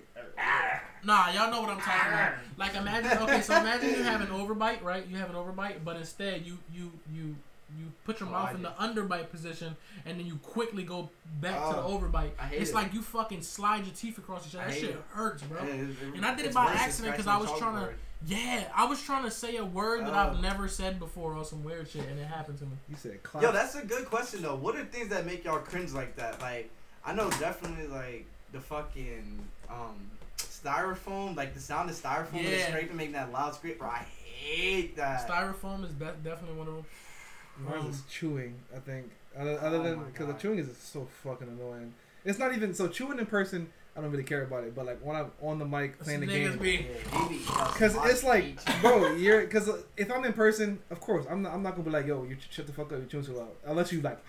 Speaker 2: Nah, y'all know what I'm talking about.
Speaker 3: Ah.
Speaker 2: Like imagine, okay, so imagine you have an overbite, right? You have an overbite, but instead you you you you put your
Speaker 3: Oh,
Speaker 2: mouth
Speaker 3: I
Speaker 2: in the
Speaker 3: did.
Speaker 2: underbite position, and then you quickly go back to the
Speaker 3: Oh,
Speaker 2: overbite.
Speaker 3: I hate
Speaker 2: It's
Speaker 3: it.
Speaker 2: like you fucking slide your teeth across each other.
Speaker 3: I
Speaker 2: That
Speaker 3: hate
Speaker 2: shit
Speaker 3: it.
Speaker 2: hurts, bro.
Speaker 3: Yeah, it- it-
Speaker 2: And I did it
Speaker 3: it's
Speaker 2: by
Speaker 3: worse than
Speaker 2: accident 'cause
Speaker 3: scratching
Speaker 2: I was
Speaker 3: a
Speaker 2: trying to-
Speaker 3: chalkboard.
Speaker 2: Yeah, I was trying to say a word that I've
Speaker 3: Oh.
Speaker 2: never said before or some weird shit, and it happened to me.
Speaker 1: you said clap.
Speaker 3: Yo, that's a good question though. What are things that make y'all cringe like that? Like, I know definitely like the fucking um styrofoam, like the sound of styrofoam yeah.
Speaker 2: Yeah.
Speaker 3: and scraping, making that loud scrape. Bro, I hate that.
Speaker 2: Styrofoam is be- definitely one of them.
Speaker 1: Mine is chewing. I think other, other
Speaker 3: Oh
Speaker 1: than
Speaker 3: my
Speaker 1: because the
Speaker 3: God.
Speaker 1: chewing is so fucking annoying. It's not even so chewing in person. I don't really care about it, but like when I'm on the mic playing the
Speaker 2: Niggas
Speaker 1: game,
Speaker 3: Yeah,
Speaker 2: be-
Speaker 3: maybe.
Speaker 1: because
Speaker 3: I
Speaker 1: it's like,
Speaker 3: hate you.
Speaker 1: bro, you're because if I'm in person, of course I'm not, I'm not gonna be like, yo, you ch- shut the fuck up, you chewing too loud, unless you like,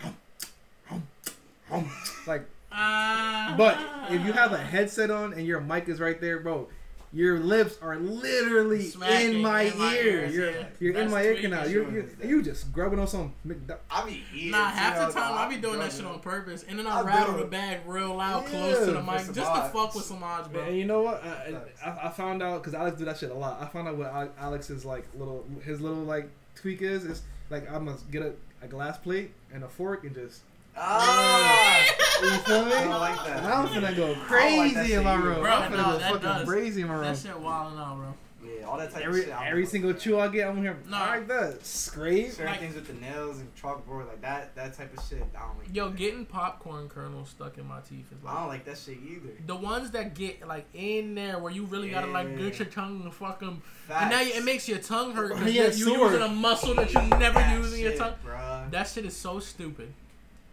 Speaker 1: like.
Speaker 2: Ah.
Speaker 1: But if you have a headset on and your mic is right there, bro, your lips are literally
Speaker 2: Smacking
Speaker 1: in my
Speaker 2: in my
Speaker 1: ear.
Speaker 2: ears,
Speaker 1: You're,
Speaker 2: yeah.
Speaker 1: you're in
Speaker 2: That's
Speaker 1: my ear
Speaker 2: tweaking
Speaker 1: canal.
Speaker 2: shit.
Speaker 1: You're, you're, you just grubbing on some McDo-
Speaker 3: I be eating.
Speaker 2: Nah, half
Speaker 3: too,
Speaker 2: the time
Speaker 3: dog.
Speaker 2: I be doing that shit on purpose, and then I
Speaker 3: I
Speaker 2: rattle
Speaker 3: do.
Speaker 2: the bag real loud,
Speaker 1: Yeah.
Speaker 2: close to the mic,
Speaker 3: It's a
Speaker 2: just to
Speaker 3: vibe.
Speaker 2: fuck with Samaj, bro.
Speaker 1: And you know what? I, I, I found out because Alex do that shit a lot. I found out what Ale- Alex's like little his little like tweak is. Is like I must get a, a glass plate and a fork and just
Speaker 3: Ah,
Speaker 1: you feel me?
Speaker 3: I don't like that.
Speaker 1: And I'm finna go
Speaker 3: I like
Speaker 1: crazy
Speaker 3: that
Speaker 1: in my
Speaker 3: shit either.
Speaker 1: room.
Speaker 2: Bro,
Speaker 1: I'm finna
Speaker 2: no,
Speaker 1: go
Speaker 2: that
Speaker 1: fucking
Speaker 2: does-
Speaker 1: crazy in my room.
Speaker 2: That shit wildin' out, bro.
Speaker 3: Yeah, all that type of
Speaker 1: Every
Speaker 3: shit. I don't
Speaker 1: every
Speaker 3: like
Speaker 1: single
Speaker 3: that.
Speaker 1: chew I get, I'm here.
Speaker 2: No.
Speaker 1: Like that scrape.
Speaker 3: Certain
Speaker 2: like-
Speaker 3: things with the nails and chalkboard, like that, that type of shit. I don't like.
Speaker 2: Yo,
Speaker 3: that.
Speaker 2: getting popcorn kernels stuck in my teeth is
Speaker 3: I don't
Speaker 2: like
Speaker 3: like that shit either.
Speaker 2: the ones that get like in there where you really gotta like
Speaker 3: Yeah.
Speaker 2: get your tongue and fucking and now you, it
Speaker 3: Facts.
Speaker 2: makes your tongue hurt
Speaker 1: Oh,
Speaker 2: because
Speaker 1: yeah,
Speaker 2: you're
Speaker 1: sore.
Speaker 2: using a muscle that you never
Speaker 3: That
Speaker 2: use in your
Speaker 3: shit,
Speaker 2: tongue.
Speaker 3: bruh.
Speaker 2: That shit is so stupid.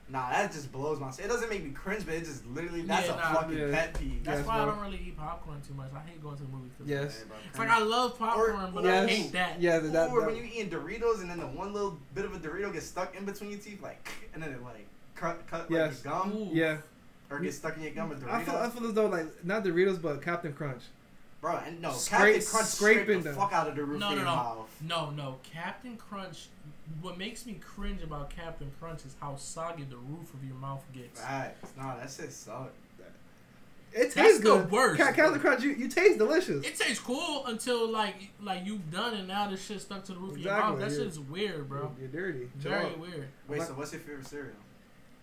Speaker 3: Nah, that just blows my. It doesn't make me cringe, but it just literally that's
Speaker 2: Yeah,
Speaker 3: a
Speaker 2: nah.
Speaker 3: fucking
Speaker 1: Yeah.
Speaker 3: pet peeve.
Speaker 2: That's
Speaker 1: Yes,
Speaker 2: why I
Speaker 1: bro.
Speaker 2: don't really eat popcorn too much. I hate going to the movies. 'cause-
Speaker 1: Yes.
Speaker 2: It's like I love popcorn, but I
Speaker 1: yes.
Speaker 2: hate that.
Speaker 1: Yeah, that, that,
Speaker 3: or when you eating Doritos and then the one little bit of a Dorito gets stuck in between your teeth, like, and then it like cut, cut like
Speaker 1: Yes.
Speaker 3: your gum,
Speaker 2: Ooh.
Speaker 1: yeah.
Speaker 3: or gets stuck in your gum with Doritos.
Speaker 1: I feel, I feel as though like not Doritos but Captain Crunch.
Speaker 3: Bro, and no,
Speaker 1: Scrape-
Speaker 3: Captain Crunch scraped
Speaker 1: scraping
Speaker 3: the
Speaker 1: the-
Speaker 3: fuck out of the roof
Speaker 2: No,
Speaker 3: of
Speaker 2: no,
Speaker 3: your
Speaker 2: no.
Speaker 3: mouth.
Speaker 2: No, no. Captain Crunch. What makes me cringe about Captain Crunch is how soggy the roof of your mouth gets.
Speaker 3: Facts. Nah, that shit sucked.
Speaker 1: It tastes
Speaker 2: That's the
Speaker 1: good.
Speaker 2: worst.
Speaker 1: Ca- Captain Crunch, you, you taste delicious.
Speaker 2: It tastes cool until like like you've done and now this shit stuck to the roof of your mouth.
Speaker 1: Exactly,
Speaker 2: That
Speaker 1: yeah.
Speaker 2: shit is weird, bro.
Speaker 1: You're dirty. Chill
Speaker 2: Very
Speaker 1: out.
Speaker 2: weird.
Speaker 3: Wait,
Speaker 1: What?
Speaker 3: so what's your favorite cereal?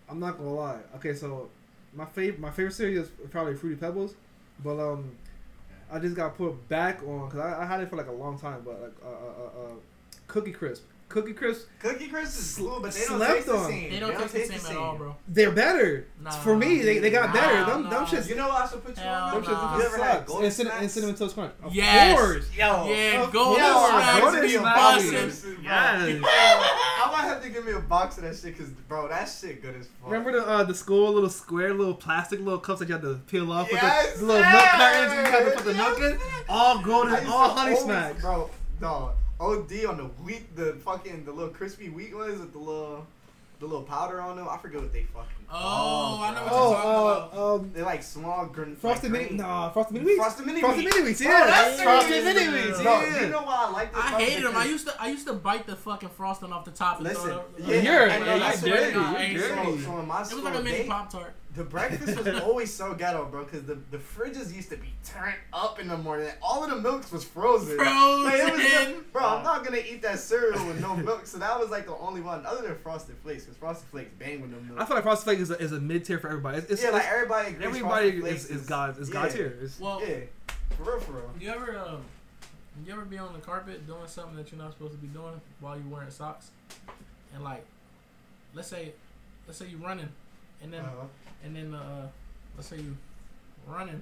Speaker 1: I'm not gonna lie. Okay, so my favorite my favorite cereal is probably Fruity Pebbles, but um, I just got put back on because I, I had it for like a long time, but like uh, uh, uh, uh Cookie Crisp, Cookie Crisp,
Speaker 3: Cookie Crisp is
Speaker 1: Sl-
Speaker 3: cool, but they don't
Speaker 1: slept
Speaker 3: taste the
Speaker 1: on.
Speaker 3: same.
Speaker 2: They don't taste the same at all, bro.
Speaker 1: they're better.
Speaker 2: Nah,
Speaker 1: For me, they, they got
Speaker 2: nah,
Speaker 1: better. them, them
Speaker 2: nah.
Speaker 1: shits,
Speaker 3: You know what I should put you
Speaker 2: Hell
Speaker 3: on?
Speaker 1: them
Speaker 3: though?
Speaker 2: no. nah.
Speaker 1: shits
Speaker 3: You
Speaker 1: just
Speaker 3: ever had
Speaker 1: sucks.
Speaker 3: Golden
Speaker 1: And, cin- and
Speaker 3: Snacks?
Speaker 1: cinnamon toast crunch. Of
Speaker 2: Yes.
Speaker 1: course.
Speaker 3: Yo.
Speaker 2: Yeah,
Speaker 1: Of
Speaker 2: golden
Speaker 1: course,
Speaker 2: snacks
Speaker 1: Golden
Speaker 2: be
Speaker 1: Snacks.
Speaker 2: bussin'.
Speaker 1: Yes.
Speaker 3: I might have to give me a box of that shit, cause bro, that shit good as fuck.
Speaker 1: Remember the uh, the school little square little plastic little cups that you had to peel off
Speaker 3: Yes,
Speaker 1: with the, the little nut
Speaker 3: sir.
Speaker 1: cartons and you had to put the
Speaker 3: Yes,
Speaker 1: nut in?
Speaker 3: sir.
Speaker 1: All golden,
Speaker 3: I used
Speaker 1: all
Speaker 3: to
Speaker 1: honey
Speaker 3: always-
Speaker 1: smacks.
Speaker 3: bro. No, OD on the wheat, the fucking the little crispy wheat ones with the little the little powder on them. I forget what they fucking.
Speaker 2: Oh,
Speaker 3: called,
Speaker 2: I know
Speaker 3: bro.
Speaker 2: what you're talking
Speaker 1: Oh, uh, um,
Speaker 3: They're like small grin-
Speaker 1: Frosted
Speaker 3: like
Speaker 1: Mini,
Speaker 3: green.
Speaker 1: nah, Frosted Mini Wheats.
Speaker 3: Frosted mini.
Speaker 1: Frosted
Speaker 3: Wheats.
Speaker 1: Mini Wheats,
Speaker 3: Oh,
Speaker 1: yeah.
Speaker 3: that's the
Speaker 1: Frosted
Speaker 2: reason.
Speaker 1: Mini Wheats,
Speaker 2: Bro,
Speaker 3: No,
Speaker 1: yeah.
Speaker 3: you know why I like this?
Speaker 2: I hated them. I used to I used to bite the fucking frosting off the top. And
Speaker 3: Listen,
Speaker 2: throw it,
Speaker 3: yeah,
Speaker 1: You're-
Speaker 3: and
Speaker 1: yeah,
Speaker 3: I
Speaker 1: you're
Speaker 3: swear to
Speaker 1: dirty,
Speaker 3: God,
Speaker 1: you're
Speaker 3: so-
Speaker 1: dirty.
Speaker 3: So in my
Speaker 2: It
Speaker 3: school,
Speaker 2: was like a mini
Speaker 3: they-
Speaker 2: pop tart.
Speaker 3: the breakfast was always so ghetto, bro, because the, the fridges used to be turned up in the morning. and All of the milks was frozen. Like, it was just-
Speaker 2: Frozen.
Speaker 3: bro, I'm not gonna eat that cereal with no milk. So that was like the only one, other than Frosted Flakes, because Frosted Flakes bang with no milk.
Speaker 1: I feel like Frosted Flake is a, is a mid tier for everybody. It's, it's,
Speaker 3: yeah, like
Speaker 1: it's-
Speaker 3: everybody agrees.
Speaker 1: everybody
Speaker 3: Frosted
Speaker 1: is,
Speaker 3: Flakes
Speaker 1: is God is God
Speaker 3: yeah,
Speaker 1: tier. It's-
Speaker 2: Well,
Speaker 3: Yeah, for real, for real.
Speaker 2: you ever um, you ever be on the carpet doing something that you're not supposed to be doing while you're wearing socks, and like, let's say, let's say you're running, and then
Speaker 3: Uh-huh.
Speaker 2: and then uh, let's say you running,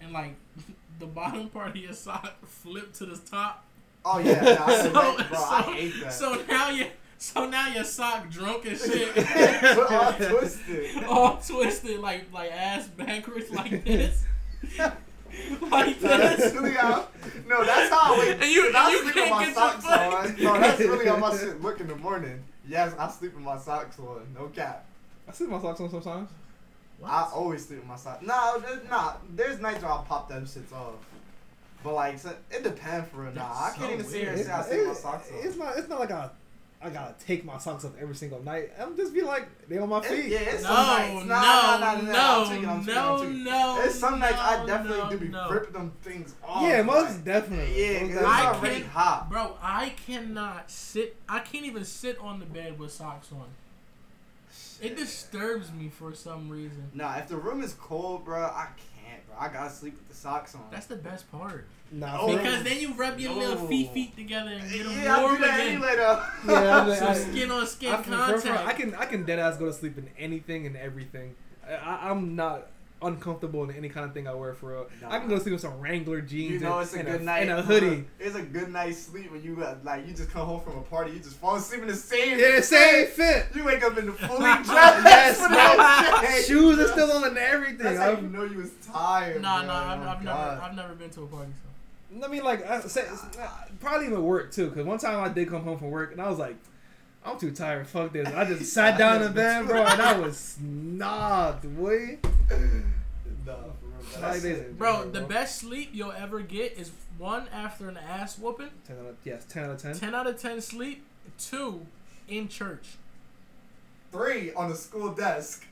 Speaker 2: and like the bottom part of your sock flipped to the top.
Speaker 3: Oh yeah, nah, I,
Speaker 2: So-
Speaker 3: like, bro, I
Speaker 2: so-
Speaker 3: hate that.
Speaker 2: So now you, so now your sock drunk as shit.
Speaker 3: We're all
Speaker 1: Oh,
Speaker 3: twisted.
Speaker 2: all twisted, like like ass backwards, like this, like
Speaker 3: No, that's
Speaker 2: this.
Speaker 3: really how. No, that's how I wake.
Speaker 2: And you-
Speaker 3: if I
Speaker 2: and you
Speaker 3: sleep
Speaker 2: can't
Speaker 3: with my
Speaker 2: get your
Speaker 3: socks on.
Speaker 2: foot.
Speaker 3: No, that's really how my shit look in the morning. Yes, I sleep with my socks on. No cap.
Speaker 1: I sleep my socks on sometimes.
Speaker 3: I always sleep with my socks. Nah, there's- nah. There's nights where I'll pop them shits off. But like, so, it depends for real. Nah, I
Speaker 2: That's
Speaker 3: can't
Speaker 2: so
Speaker 3: even sit here and
Speaker 2: weird.
Speaker 3: say I sleep with my socks on.
Speaker 1: it's not. It's not like I. I gotta take my socks off every single night. I'm just be like they on my
Speaker 3: It-
Speaker 1: feet.
Speaker 3: yeah, it's some
Speaker 2: No, no,
Speaker 3: nights. Nah, nah, nah,
Speaker 2: no,
Speaker 3: nah, I'm tweaking,
Speaker 2: no,
Speaker 3: I'm tweaking, I'm
Speaker 2: no,
Speaker 3: tweaking.
Speaker 2: no.
Speaker 3: There's some nights I definitely
Speaker 2: no,
Speaker 3: do be
Speaker 2: no.
Speaker 3: ripping them things off.
Speaker 1: Yeah, most
Speaker 3: Oh, like-
Speaker 1: definitely.
Speaker 3: Yeah, 'cause
Speaker 1: Most
Speaker 3: it's
Speaker 2: I
Speaker 1: definitely.
Speaker 3: already
Speaker 2: can't-
Speaker 3: hot.
Speaker 2: Bro, I cannot sit. I can't even sit on the bed with socks on. It
Speaker 3: Shit.
Speaker 2: disturbs me for some reason.
Speaker 3: Nah, if the room is cold, bro, I can't, bro. I gotta sleep with the socks on.
Speaker 2: That's the best part
Speaker 1: Nah,
Speaker 3: Oh,
Speaker 1: for-
Speaker 2: because then you rub your little
Speaker 3: No.
Speaker 2: feet feet together and get them
Speaker 3: yeah, I
Speaker 2: warm
Speaker 3: do that
Speaker 2: again.
Speaker 3: anyway, though.
Speaker 1: Yeah, I do that.
Speaker 2: Some skin on skin
Speaker 1: I, prefer-
Speaker 2: contact.
Speaker 1: I can I can dead ass go to sleep in anything and everything. I- I, I'm not uncomfortable in any kind of thing I wear for real. I can go to sleep with some Wrangler jeans
Speaker 3: you know,
Speaker 1: and,
Speaker 3: it's a
Speaker 1: and
Speaker 3: good night
Speaker 1: and a hoodie.
Speaker 3: It's a good night's sleep when you uh, like you just come home from a party, you just fall asleep in the same.
Speaker 1: Yeah, same fit.
Speaker 3: You wake up in the fully dressed.
Speaker 1: Yes,
Speaker 3: for the
Speaker 1: bro.
Speaker 3: next day.
Speaker 1: Shoes are still on and everything.
Speaker 3: That's how you
Speaker 1: I'm-
Speaker 3: know you was tired.
Speaker 2: Nah,
Speaker 3: bro.
Speaker 2: nah. I've,
Speaker 3: Oh,
Speaker 2: I've
Speaker 3: God.
Speaker 2: never, I've never been to a party. So.
Speaker 1: I mean, like, I say, probably even work too. Because one time I did come home from work and I was like, I'm too tired. Fuck this. I just sat down in bed, bro, and I was snobbed, boy.
Speaker 3: Nah, for real, bro.
Speaker 1: Like
Speaker 3: That's
Speaker 1: this.
Speaker 3: it.
Speaker 2: Bro, the best sleep you'll ever get is one after an ass whooping,
Speaker 1: 10 out of, yes, 10 out of 10.
Speaker 2: ten out of ten sleep, two in church.
Speaker 3: Three on the school desk,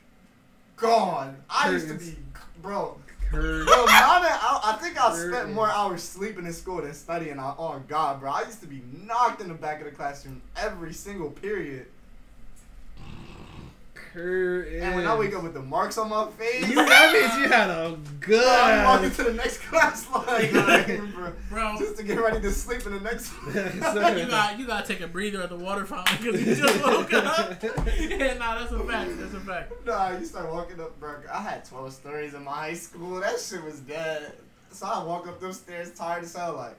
Speaker 3: gone. I used to
Speaker 1: Curtains.
Speaker 3: be, bro.
Speaker 1: Curd.
Speaker 3: Bro, mama, I, I think I spent
Speaker 1: Curtains.
Speaker 3: more hours sleeping in school than studying. I, oh God, bro, I used to be knocked in the back of the classroom every single period.
Speaker 1: Curd.
Speaker 3: And when I wake up with the marks on my face,
Speaker 1: You, that means you had a good.
Speaker 3: I'm walking to the next class like, like, bro,
Speaker 2: Bro,
Speaker 3: just to get ready to sleep in the next one.
Speaker 1: Sir.
Speaker 2: you got you gotta take a breather at the water fountain because you just woke up. yeah, nah, that's a fact. That's a fact.
Speaker 3: Nah, you start walking up, bro. I had 12 stories in my high school. That shit was dead. So I walk up them stairs tired as hell, like,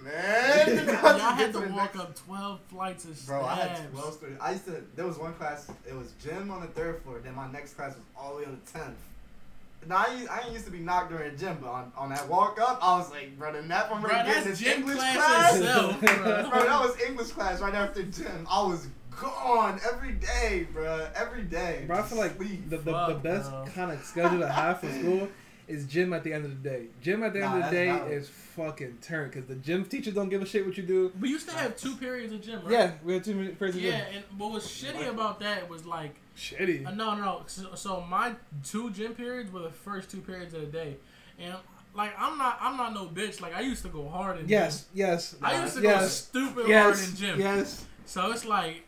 Speaker 3: man.
Speaker 2: Y'all had to walk up twelve flights of
Speaker 3: Bro, I had
Speaker 2: stairs.
Speaker 3: 12 stories. I used to, there was one class, it was gym on the third floor, then my next class was all the way on the 10th. Now, I, used- I ain't used to be knocked during gym, but on, on that walk up, I was like, bro, the nap I'm
Speaker 2: Bro,
Speaker 3: ready to get in
Speaker 2: that's
Speaker 3: this
Speaker 2: gym
Speaker 3: English
Speaker 2: class,
Speaker 3: class.
Speaker 2: itself.
Speaker 3: bro,
Speaker 2: Bro.
Speaker 3: that was English class right after gym. I was gone every day, bro. Every day.
Speaker 1: Bro, I feel like
Speaker 3: Sleep.
Speaker 1: the, the, the
Speaker 2: Fuck,
Speaker 1: best
Speaker 2: bro.
Speaker 1: kind of schedule to have for school is gym at the end of the day. Gym at the
Speaker 3: Nah,
Speaker 1: end of
Speaker 3: that's
Speaker 1: the day
Speaker 3: valid.
Speaker 1: is fucking turn because the gym teachers don't give a shit what you do.
Speaker 2: We used to have two periods of gym, right?
Speaker 1: Yeah, we had two minutes for
Speaker 2: Yeah,
Speaker 1: gym.
Speaker 2: and what was shitty about that was like
Speaker 1: Shitty.
Speaker 2: Uh, no, no. So, so my two gym periods were the first two periods of the day, and like I'm not, I'm not no bitch. Like I used to go hard in
Speaker 1: Yes, yes.
Speaker 2: gym. I used to go
Speaker 1: yes,
Speaker 2: stupid hard
Speaker 1: yes,
Speaker 2: in gym.
Speaker 1: yes.
Speaker 2: So it's like,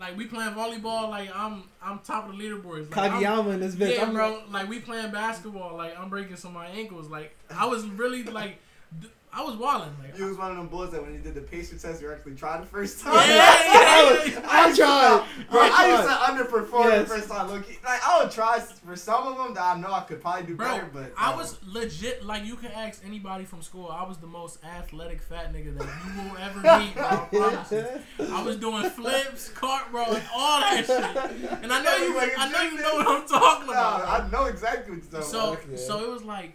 Speaker 2: like we playing volleyball. Like I'm, I'm top of the leaderboards. Like, I'm-
Speaker 1: Kageyama in this bitch.
Speaker 2: yeah,
Speaker 1: I'm
Speaker 2: bro. Like we playing basketball. Like I'm breaking some of my ankles. Like I was really like, d- I was wilding. Like
Speaker 3: You was one of them boys that when you did the pastry test, you actually tried the first time.
Speaker 2: yeah, yeah, yeah.
Speaker 1: I
Speaker 3: used to-
Speaker 1: tried.
Speaker 3: Bro,
Speaker 1: I
Speaker 3: I used
Speaker 1: tried.
Speaker 3: to underperform
Speaker 1: Yes.
Speaker 3: the first time. Look, like I would try s- for some of them that I know I could probably do
Speaker 2: Bro,
Speaker 3: better, but
Speaker 2: I
Speaker 3: um,
Speaker 2: was legit. Like you can ask anybody from school. I was the most athletic fat nigga that you will ever meet. bro, I promise you. I was doing flips, cartwheel, and all that shit. And I know you. I know you know what I'm talking
Speaker 3: Nah,
Speaker 2: about.
Speaker 3: I know exactly what
Speaker 2: bro.
Speaker 3: you're talking
Speaker 2: So,
Speaker 1: Okay.
Speaker 2: so it was like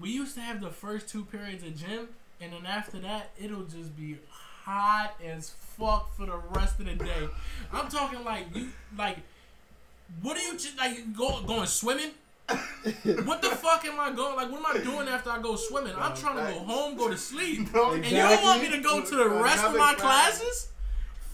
Speaker 2: we used to have the first two periods of gym, and then after that, it'll just be hot as fuck for the rest of the day. I'm talking like you like. What are you just like go, going swimming? What the fuck am I going? Like, what am I doing after I go swimming? I'm trying to go home, go to sleep, and you don't want me to go to the rest of my classes?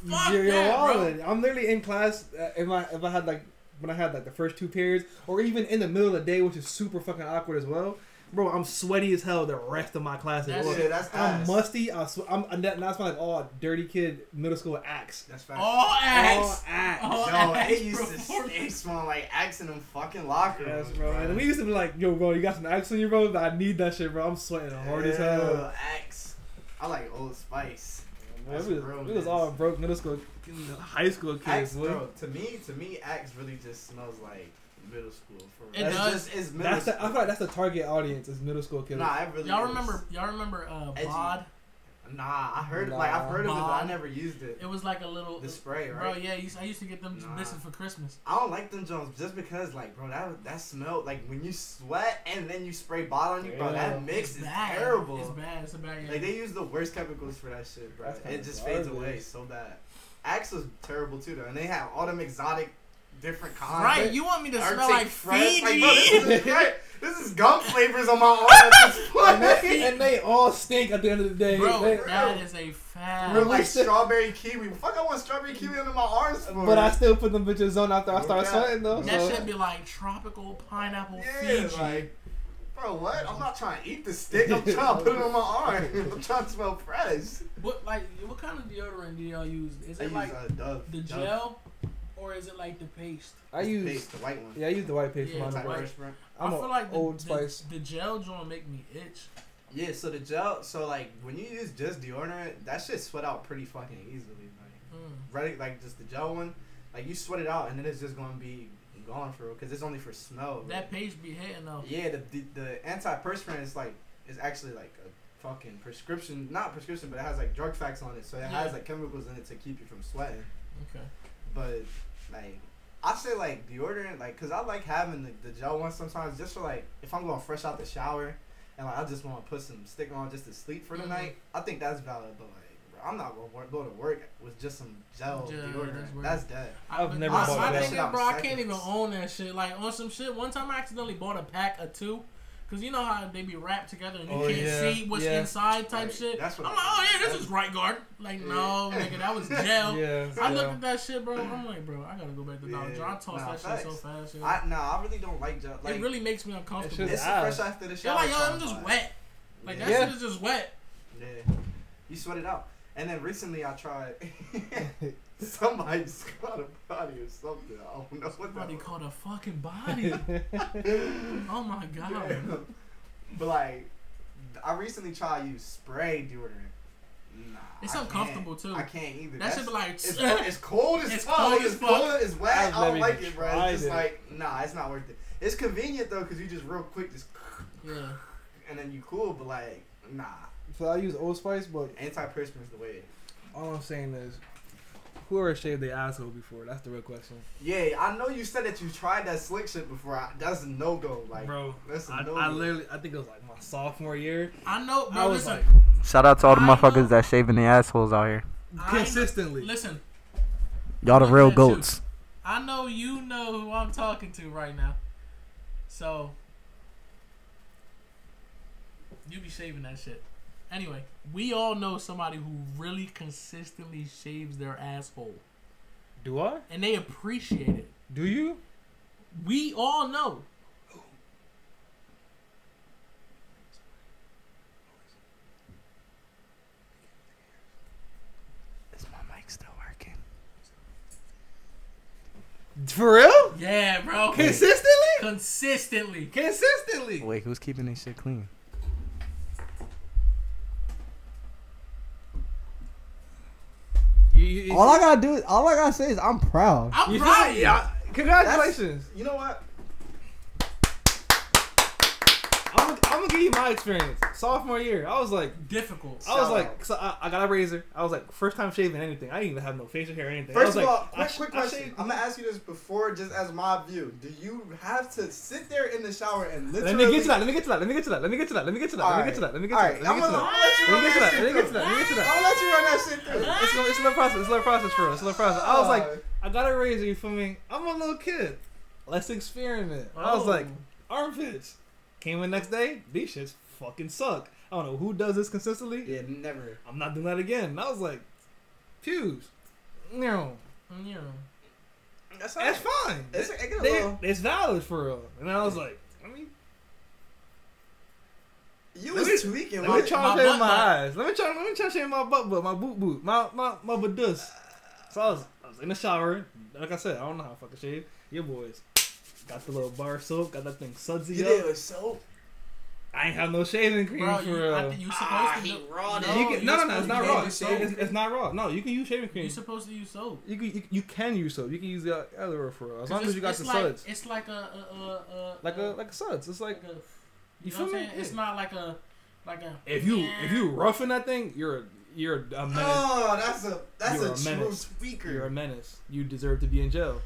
Speaker 2: Fuck
Speaker 1: You're, you're
Speaker 2: that, bro.
Speaker 1: wildin'. I'm literally in class. Uh, if I if I had like when I had like the first two periods, or even in the middle of the day, which is super fucking awkward as well, bro. I'm sweaty as hell the rest of my classes.
Speaker 2: That's
Speaker 1: Look,
Speaker 3: Yeah, that's
Speaker 1: I'm
Speaker 3: ass.
Speaker 1: musty. I sw- I'm, I'm not smelling like all dirty kid middle school axe.
Speaker 3: That's facts.
Speaker 2: All
Speaker 1: All
Speaker 2: ass.
Speaker 1: axe.
Speaker 2: Oh,
Speaker 3: Yo,
Speaker 2: ass
Speaker 3: it used to
Speaker 2: performance.
Speaker 3: stay smelling like axe in them fucking locker
Speaker 1: Yes,
Speaker 3: rooms,
Speaker 1: bro. And we used to be like, yo, bro, you got some axe on you, bro? I need that shit, bro. I'm sweating hard as hell.
Speaker 3: Ew, Axe. I like Old Spice.
Speaker 1: Bro,
Speaker 3: That's
Speaker 1: we,
Speaker 3: real
Speaker 1: was, we was all
Speaker 3: nice.
Speaker 1: broke middle school, high school kids,
Speaker 3: Axe,
Speaker 1: boy.
Speaker 3: bro. To me, to me, Axe really just smells like middle school. For real.
Speaker 2: It
Speaker 3: It's
Speaker 2: does.
Speaker 3: Just, it's middle
Speaker 1: That's the, I
Speaker 3: school.
Speaker 1: feel like that's the target audience is middle school kids.
Speaker 3: nah, it really.
Speaker 2: Y'all
Speaker 3: is.
Speaker 2: remember? Y'all remember? Uh,
Speaker 3: Edgy.
Speaker 2: bod.
Speaker 3: Nah, I heard like I've heard of it, but I
Speaker 2: Nah.
Speaker 3: never used it.
Speaker 2: It was like a little.
Speaker 3: The spray,
Speaker 2: Bro,
Speaker 3: right?
Speaker 2: yeah, I used- I used to get them
Speaker 3: Nah.
Speaker 2: bitches for Christmas.
Speaker 3: I don't like them Jones just because, like, bro, that that smell, like when you sweat and then you spray bottle on you, bro,
Speaker 1: Yeah.
Speaker 3: that mix
Speaker 2: It's
Speaker 3: is
Speaker 2: bad.
Speaker 3: terrible.
Speaker 2: It's bad. It's a bad.
Speaker 3: Like they use the worst chemicals for that shit, bro.
Speaker 1: That's
Speaker 3: It
Speaker 1: kinda
Speaker 3: just fades away
Speaker 1: garbage.
Speaker 3: so bad. Axe was terrible too, though, and they have all them exotic, different
Speaker 1: Ah,
Speaker 3: kinds.
Speaker 2: right?
Speaker 3: Like,
Speaker 2: You want me to
Speaker 3: Arctic
Speaker 2: smell like
Speaker 3: Fresh.
Speaker 2: Fiji?
Speaker 3: Like, bro, this is, right, this is gum flavors on my arm at this
Speaker 1: and, they,
Speaker 3: point.
Speaker 1: and they all stink at the end of the day.
Speaker 2: Bro,
Speaker 1: They-
Speaker 2: that is a fact.
Speaker 3: We're like strawberry kiwi. Fuck, I want strawberry kiwi under my arms for.
Speaker 1: but I still put them bitches on after I start
Speaker 3: Yeah.
Speaker 1: sweating though.
Speaker 2: that
Speaker 1: so-
Speaker 2: should be like tropical pineapple
Speaker 3: yeah,
Speaker 2: Fiji.
Speaker 3: like, bro, what? I'm not trying to eat the stick. I'm trying to put it on my arm. I'm trying to smell fresh.
Speaker 2: what like what kind of deodorant do y'all use? Is
Speaker 3: I
Speaker 2: it
Speaker 3: use
Speaker 2: like
Speaker 3: uh, Dove.
Speaker 2: the
Speaker 3: Dove.
Speaker 2: gel, or is it like the paste?
Speaker 1: I
Speaker 3: It's
Speaker 1: use
Speaker 3: paste, the white one.
Speaker 1: yeah, I use the white paste
Speaker 2: Yeah,
Speaker 1: for
Speaker 3: It's
Speaker 1: mine.
Speaker 3: like
Speaker 1: bro.
Speaker 2: white.
Speaker 3: fresh, bro.
Speaker 1: I'm
Speaker 2: I
Speaker 1: a
Speaker 2: feel like the,
Speaker 1: Old
Speaker 2: the-
Speaker 1: Spice.
Speaker 2: The, gel joint make me itch.
Speaker 3: Yeah, so the gel, so like when you use just deodorant, that shit sweat out pretty fucking easily. Like,
Speaker 2: Mm.
Speaker 3: right, like just the gel one, like you sweat it out and then it's just gonna be gone for because it's only for smell. bro.
Speaker 2: That paste be hitting though.
Speaker 3: Yeah, the, the the antiperspirant is like is actually like a fucking prescription, not prescription, but it has like drug facts on it, so it has
Speaker 2: Yeah.
Speaker 3: like chemicals in it to keep you from sweating.
Speaker 2: Okay.
Speaker 3: But like, I say like deodorant, like, cause I like having the, the gel one sometimes, just for like if I'm going fresh out the shower, and like I just want to put some stick on just to sleep for the
Speaker 2: Mhm.
Speaker 3: night. I think that's valid, but like, bro, I'm not gonna work, go to work with just some gel
Speaker 2: Gel, that's
Speaker 3: deodorant.
Speaker 2: weird.
Speaker 3: That's dead.
Speaker 1: I've never
Speaker 2: I,
Speaker 1: bought
Speaker 2: my
Speaker 1: that.
Speaker 2: thing is, bro, I can't even
Speaker 3: Seconds.
Speaker 2: own that shit. Like on some shit. One time I accidentally bought a pack of two. Cause you know how they be wrapped together and you
Speaker 1: Oh,
Speaker 2: can't
Speaker 1: yeah,
Speaker 2: see what's
Speaker 1: yeah.
Speaker 2: inside type
Speaker 3: Right,
Speaker 2: shit.
Speaker 3: that's what
Speaker 2: I'm
Speaker 3: I-
Speaker 2: like, oh yeah, this
Speaker 3: that's-
Speaker 2: is right guard. Like no,
Speaker 3: Yeah.
Speaker 2: nigga, that was gel.
Speaker 1: Yeah,
Speaker 2: I
Speaker 1: so-
Speaker 2: looked at that shit, bro. I'm like, bro, I gotta go back to
Speaker 3: Yeah.
Speaker 2: Dollar John. I toss
Speaker 3: Nah,
Speaker 2: that shit
Speaker 3: facts.
Speaker 2: so fast. yo.
Speaker 3: I nah, I really don't like gel. Like,
Speaker 2: it really makes me uncomfortable.
Speaker 1: It's
Speaker 3: it's
Speaker 1: just-
Speaker 2: It's,
Speaker 1: ass.
Speaker 3: fresh after the shower.
Speaker 2: like, yo, I'm
Speaker 3: time,
Speaker 2: just
Speaker 3: like,
Speaker 2: wet. Like
Speaker 3: yeah.
Speaker 2: that
Speaker 1: Yeah.
Speaker 2: shit is just wet.
Speaker 3: Yeah. You sweat it out. And then recently I tried. Somebody just caught a body or something. I don't know what
Speaker 2: Somebody
Speaker 3: that
Speaker 2: called a fucking body. oh my god.
Speaker 3: was. But like, I recently tried to use spray deodorant. Nah,
Speaker 2: It's
Speaker 3: I can't.
Speaker 2: uncomfortable, too.
Speaker 3: I can't either.
Speaker 2: That shit be like,
Speaker 3: It's, it's cold as
Speaker 2: It's
Speaker 3: fuck.
Speaker 2: cold
Speaker 3: it's
Speaker 2: as fuck.
Speaker 3: cold. It's wet.
Speaker 1: I've
Speaker 3: I
Speaker 1: never
Speaker 3: don't like
Speaker 1: even
Speaker 3: it, bro. It's just
Speaker 1: tried
Speaker 3: like, nah, it's not worth it. It's convenient though, cause you just real quick just,
Speaker 2: yeah.
Speaker 3: and then you cool. But like, nah,
Speaker 1: so I use Old Spice, but
Speaker 3: antiperspirant is the way.
Speaker 1: all I'm saying is, whoever shaved their asshole before, that's the real question.
Speaker 3: Yeah, I know you said that you tried that slick shit before. I, that's a no go. Like,
Speaker 1: bro,
Speaker 3: that's a
Speaker 1: I,
Speaker 3: no.
Speaker 1: I literally, I think it was like my sophomore year.
Speaker 2: I know, bro.
Speaker 1: I was
Speaker 2: listen,
Speaker 1: like,
Speaker 3: Shout out to
Speaker 2: all the motherfuckers
Speaker 3: that shaving their assholes out here.
Speaker 2: I-
Speaker 1: consistently.
Speaker 2: listen.
Speaker 3: Y'all
Speaker 2: the real goats. I know you know who I'm talking to right now. So you be shaving that shit. Anyway, we all know somebody who really consistently shaves their asshole,
Speaker 1: Do I?
Speaker 2: and they appreciate it.
Speaker 1: Do you?
Speaker 2: We all know.
Speaker 3: Is my mic still working?
Speaker 1: For real?
Speaker 2: Yeah, bro.
Speaker 1: Consistently?
Speaker 2: Consistently.
Speaker 1: Consistently.
Speaker 3: Wait, who's keeping this shit clean?
Speaker 1: You- you-
Speaker 4: All I gotta do is all I gotta say is I'm proud.
Speaker 2: I'm
Speaker 1: you feel
Speaker 2: proud of
Speaker 1: me?
Speaker 2: you.
Speaker 1: Yeah. Congratulations.
Speaker 3: You know what?
Speaker 1: I'm, I'm I'm gonna give you my experience. Sophomore year, I was like,
Speaker 2: Difficult.
Speaker 1: I was
Speaker 3: Shout
Speaker 1: like,
Speaker 3: out.
Speaker 1: so I, I got a razor. I was like, first time shaving anything. I didn't even have no facial hair or anything. I was
Speaker 3: First of
Speaker 1: like,
Speaker 3: all,
Speaker 1: I
Speaker 3: quick,
Speaker 1: sh-
Speaker 3: quick
Speaker 1: I
Speaker 3: question.
Speaker 1: shaved-
Speaker 3: I'm gonna ask you this before, just as my view. Do you have to sit there in the shower and literally?
Speaker 1: Let me get to that. Let me get to that. Let me get to that. Let me get to that. Let me get to that. Let me get to that. Let me get to that. Let me
Speaker 3: I'm
Speaker 1: get to
Speaker 3: gonna
Speaker 1: that.
Speaker 3: I'm
Speaker 1: Let
Speaker 3: gonna
Speaker 1: me get to that.
Speaker 3: let
Speaker 1: Let me
Speaker 3: you run
Speaker 1: get
Speaker 3: that
Speaker 1: to that. Let
Speaker 3: shit through.
Speaker 1: me get to that.
Speaker 3: I'll let you run that shit through.
Speaker 1: It's a, it's a little process. It's a little process for us. It's a little process. I was like, I got a razor. You feel me? I'm a little kid. Let's experiment. I was like,
Speaker 3: Oh.
Speaker 1: armpits. Came in next day. These shits fucking suck. I don't know who does this consistently.
Speaker 3: Yeah, never.
Speaker 1: I'm not doing that again. And I was like, pubes. No,
Speaker 2: Mm, yeah.
Speaker 3: That's
Speaker 1: that's
Speaker 3: alright.
Speaker 1: fine.
Speaker 3: It's, it get a
Speaker 1: They-
Speaker 3: little.
Speaker 1: it's valid for real. And I was like, let me,
Speaker 3: You
Speaker 1: let
Speaker 3: was
Speaker 1: me-
Speaker 3: tweaking.
Speaker 1: let
Speaker 3: my-
Speaker 1: me try
Speaker 2: my
Speaker 1: to shave
Speaker 2: butt
Speaker 1: my
Speaker 2: butt.
Speaker 1: eyes. Let me try, let me try to shave my butt butt, my boot boot, my my my badus. So I was, I was in the shower. Like I said, I don't know how to fucking shave. Your boys got the little bar of soap, got that thing sudsy
Speaker 3: You
Speaker 1: up.
Speaker 3: did with soap.
Speaker 1: I ain't have no shaving cream
Speaker 2: Bro,
Speaker 1: for
Speaker 2: you,
Speaker 1: real.
Speaker 2: I, think you supposed
Speaker 3: Ah,
Speaker 2: to
Speaker 3: he
Speaker 2: do-
Speaker 3: raw
Speaker 2: no,
Speaker 3: dog.
Speaker 1: You can-
Speaker 2: you
Speaker 1: no, no,
Speaker 2: supposed
Speaker 1: no, it's
Speaker 2: to
Speaker 1: not
Speaker 2: use
Speaker 1: raw.
Speaker 2: baby
Speaker 1: It's,
Speaker 2: soap.
Speaker 1: it's, it's not raw. No, you can use shaving cream.
Speaker 2: You're supposed to use soap.
Speaker 1: You can you, you can use soap. You can use the other for real. As long
Speaker 2: It's-
Speaker 1: as you got
Speaker 2: it's
Speaker 1: the
Speaker 2: like,
Speaker 1: suds.
Speaker 2: It's like a, a, a, a
Speaker 1: Like a like a suds. It's like
Speaker 2: a, you,
Speaker 1: you
Speaker 2: know
Speaker 1: feel
Speaker 2: what I'm
Speaker 1: me?
Speaker 2: saying? It's
Speaker 1: Yeah.
Speaker 2: not like a like a.
Speaker 1: if you if you roughing that thing, you're a you're a menace.
Speaker 3: Oh, that's a that's
Speaker 1: You're
Speaker 3: a,
Speaker 1: a
Speaker 3: true
Speaker 1: menace.
Speaker 3: tweaker.
Speaker 1: You're a menace. You deserve to be in jail.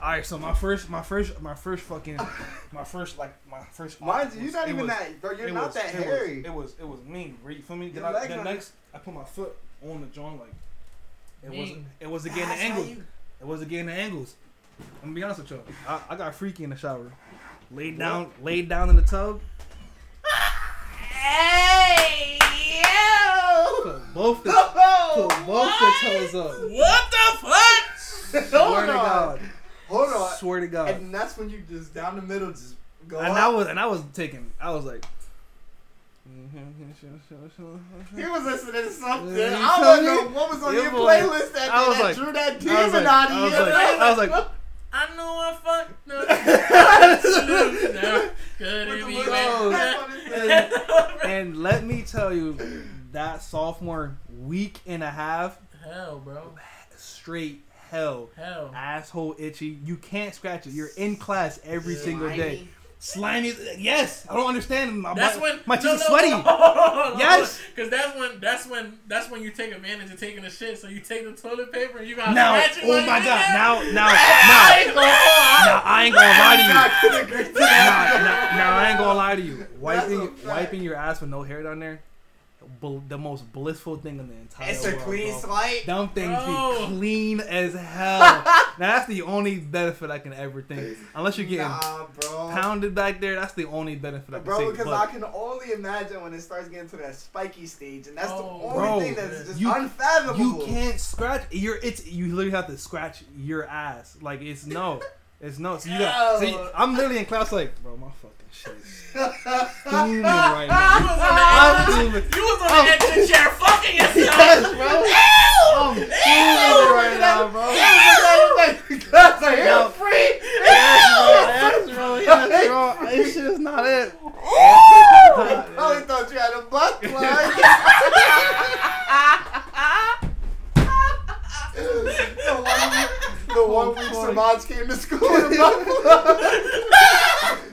Speaker 1: All right, so my first, my first, my first fucking, my first like my first.
Speaker 3: Mind you, you're not
Speaker 1: it
Speaker 3: even
Speaker 1: was-
Speaker 3: that. Bro, you're
Speaker 1: it
Speaker 3: not
Speaker 1: was-
Speaker 3: that
Speaker 1: it was-
Speaker 3: hairy.
Speaker 1: It was it was mean. Right? You feel me? Then
Speaker 3: Your
Speaker 1: I,
Speaker 3: legs
Speaker 1: then
Speaker 3: are-
Speaker 1: next, I put my foot on the joint like. It was
Speaker 2: Dang.
Speaker 1: it was again the
Speaker 3: That's how
Speaker 1: angles.
Speaker 3: you-
Speaker 1: It was again the angles. I'm gonna be honest with y'all. I, I got freaky in the shower. Laid down, laid down in the tub.
Speaker 3: Hey, yo!
Speaker 1: Put both the, put
Speaker 3: Oh,
Speaker 1: both the toes up.
Speaker 2: What the fuck?
Speaker 1: Swear
Speaker 3: hold
Speaker 1: to
Speaker 3: on,
Speaker 1: God.
Speaker 3: hold on.
Speaker 1: Swear to God.
Speaker 3: And that's when you just down the middle, just go.
Speaker 1: and I
Speaker 3: up.
Speaker 1: was and I was taking I was like
Speaker 3: He was listening to something.
Speaker 1: Yeah, you
Speaker 3: I
Speaker 1: feel
Speaker 3: don't know
Speaker 1: me?
Speaker 3: what was on
Speaker 1: Yeah,
Speaker 3: your
Speaker 1: boy.
Speaker 3: playlist that,
Speaker 1: I was
Speaker 3: that
Speaker 1: like-
Speaker 3: drew that
Speaker 1: I was
Speaker 3: demon
Speaker 1: like,
Speaker 3: out
Speaker 1: I was like, I was
Speaker 3: of
Speaker 1: like,
Speaker 2: I know I fucked up.
Speaker 3: you.
Speaker 2: Could be
Speaker 3: With the
Speaker 1: Oh.
Speaker 3: little
Speaker 2: better.
Speaker 3: cap on his head.
Speaker 1: and let me tell you, that sophomore week and a half,
Speaker 2: Hell, bro.
Speaker 1: straight hell,
Speaker 2: Hell.
Speaker 1: asshole itchy. You can't scratch it. You're in class every
Speaker 3: Yeah.
Speaker 1: single day. Slimy. Yes, I don't understand. My
Speaker 2: That's
Speaker 1: butt-
Speaker 2: when
Speaker 1: my cheeks
Speaker 2: no,
Speaker 1: are
Speaker 2: no,
Speaker 1: sweaty.
Speaker 2: hold on, hold on,
Speaker 1: Yes.
Speaker 2: because that's when that's when that's when you take advantage of taking a shit. So you take the toilet paper and you got
Speaker 1: Now,
Speaker 2: scratch it
Speaker 1: oh
Speaker 2: while
Speaker 1: my
Speaker 2: you
Speaker 1: god,
Speaker 2: in
Speaker 1: now, now,
Speaker 2: there. I
Speaker 1: now,
Speaker 2: ain't gonna lie.
Speaker 1: now, I ain't gonna lie to
Speaker 2: Oh
Speaker 1: you.
Speaker 3: Back to the great
Speaker 1: Nah,
Speaker 3: time.
Speaker 1: nah, nah, I ain't gonna lie to you.
Speaker 3: a
Speaker 1: Wiping
Speaker 3: fact.
Speaker 1: wiping your ass with no hair down there, bl- the most blissful thing in the entire
Speaker 3: It's a
Speaker 1: world.
Speaker 3: clean
Speaker 1: bro.
Speaker 3: slate.
Speaker 1: Them things
Speaker 2: Bro.
Speaker 1: be clean as hell. now that's the only benefit I can ever think. Unless you're getting
Speaker 3: Nah, bro.
Speaker 1: pounded back there, that's the only benefit I can
Speaker 3: Bro,
Speaker 1: see.
Speaker 3: because
Speaker 1: But
Speaker 3: I can only imagine when it starts getting to that spiky stage, and that's the
Speaker 2: Oh,
Speaker 3: only
Speaker 1: bro,
Speaker 3: thing that's just
Speaker 1: you-
Speaker 3: unfathomable.
Speaker 1: you can't scratch your it's you literally have to scratch your ass. Like it's no. It's no. So you got see I'm literally in class like, bro, my fucking shit is steaming right
Speaker 2: You
Speaker 1: now.
Speaker 2: was
Speaker 1: I'm
Speaker 2: on the edge of-
Speaker 1: steaming.
Speaker 2: you was on the edge of the chair fucking yourself.
Speaker 1: Yes, bro. I'm feeling it right now, bro.
Speaker 3: That's like,
Speaker 1: Yo.
Speaker 3: you're free.
Speaker 1: Yes, bro. Yes, bro. Yes, bro. This shit is not it.
Speaker 3: I only thought you had a butt plug. the
Speaker 1: Oh,
Speaker 3: one week, the one week Samaj came to school with a butt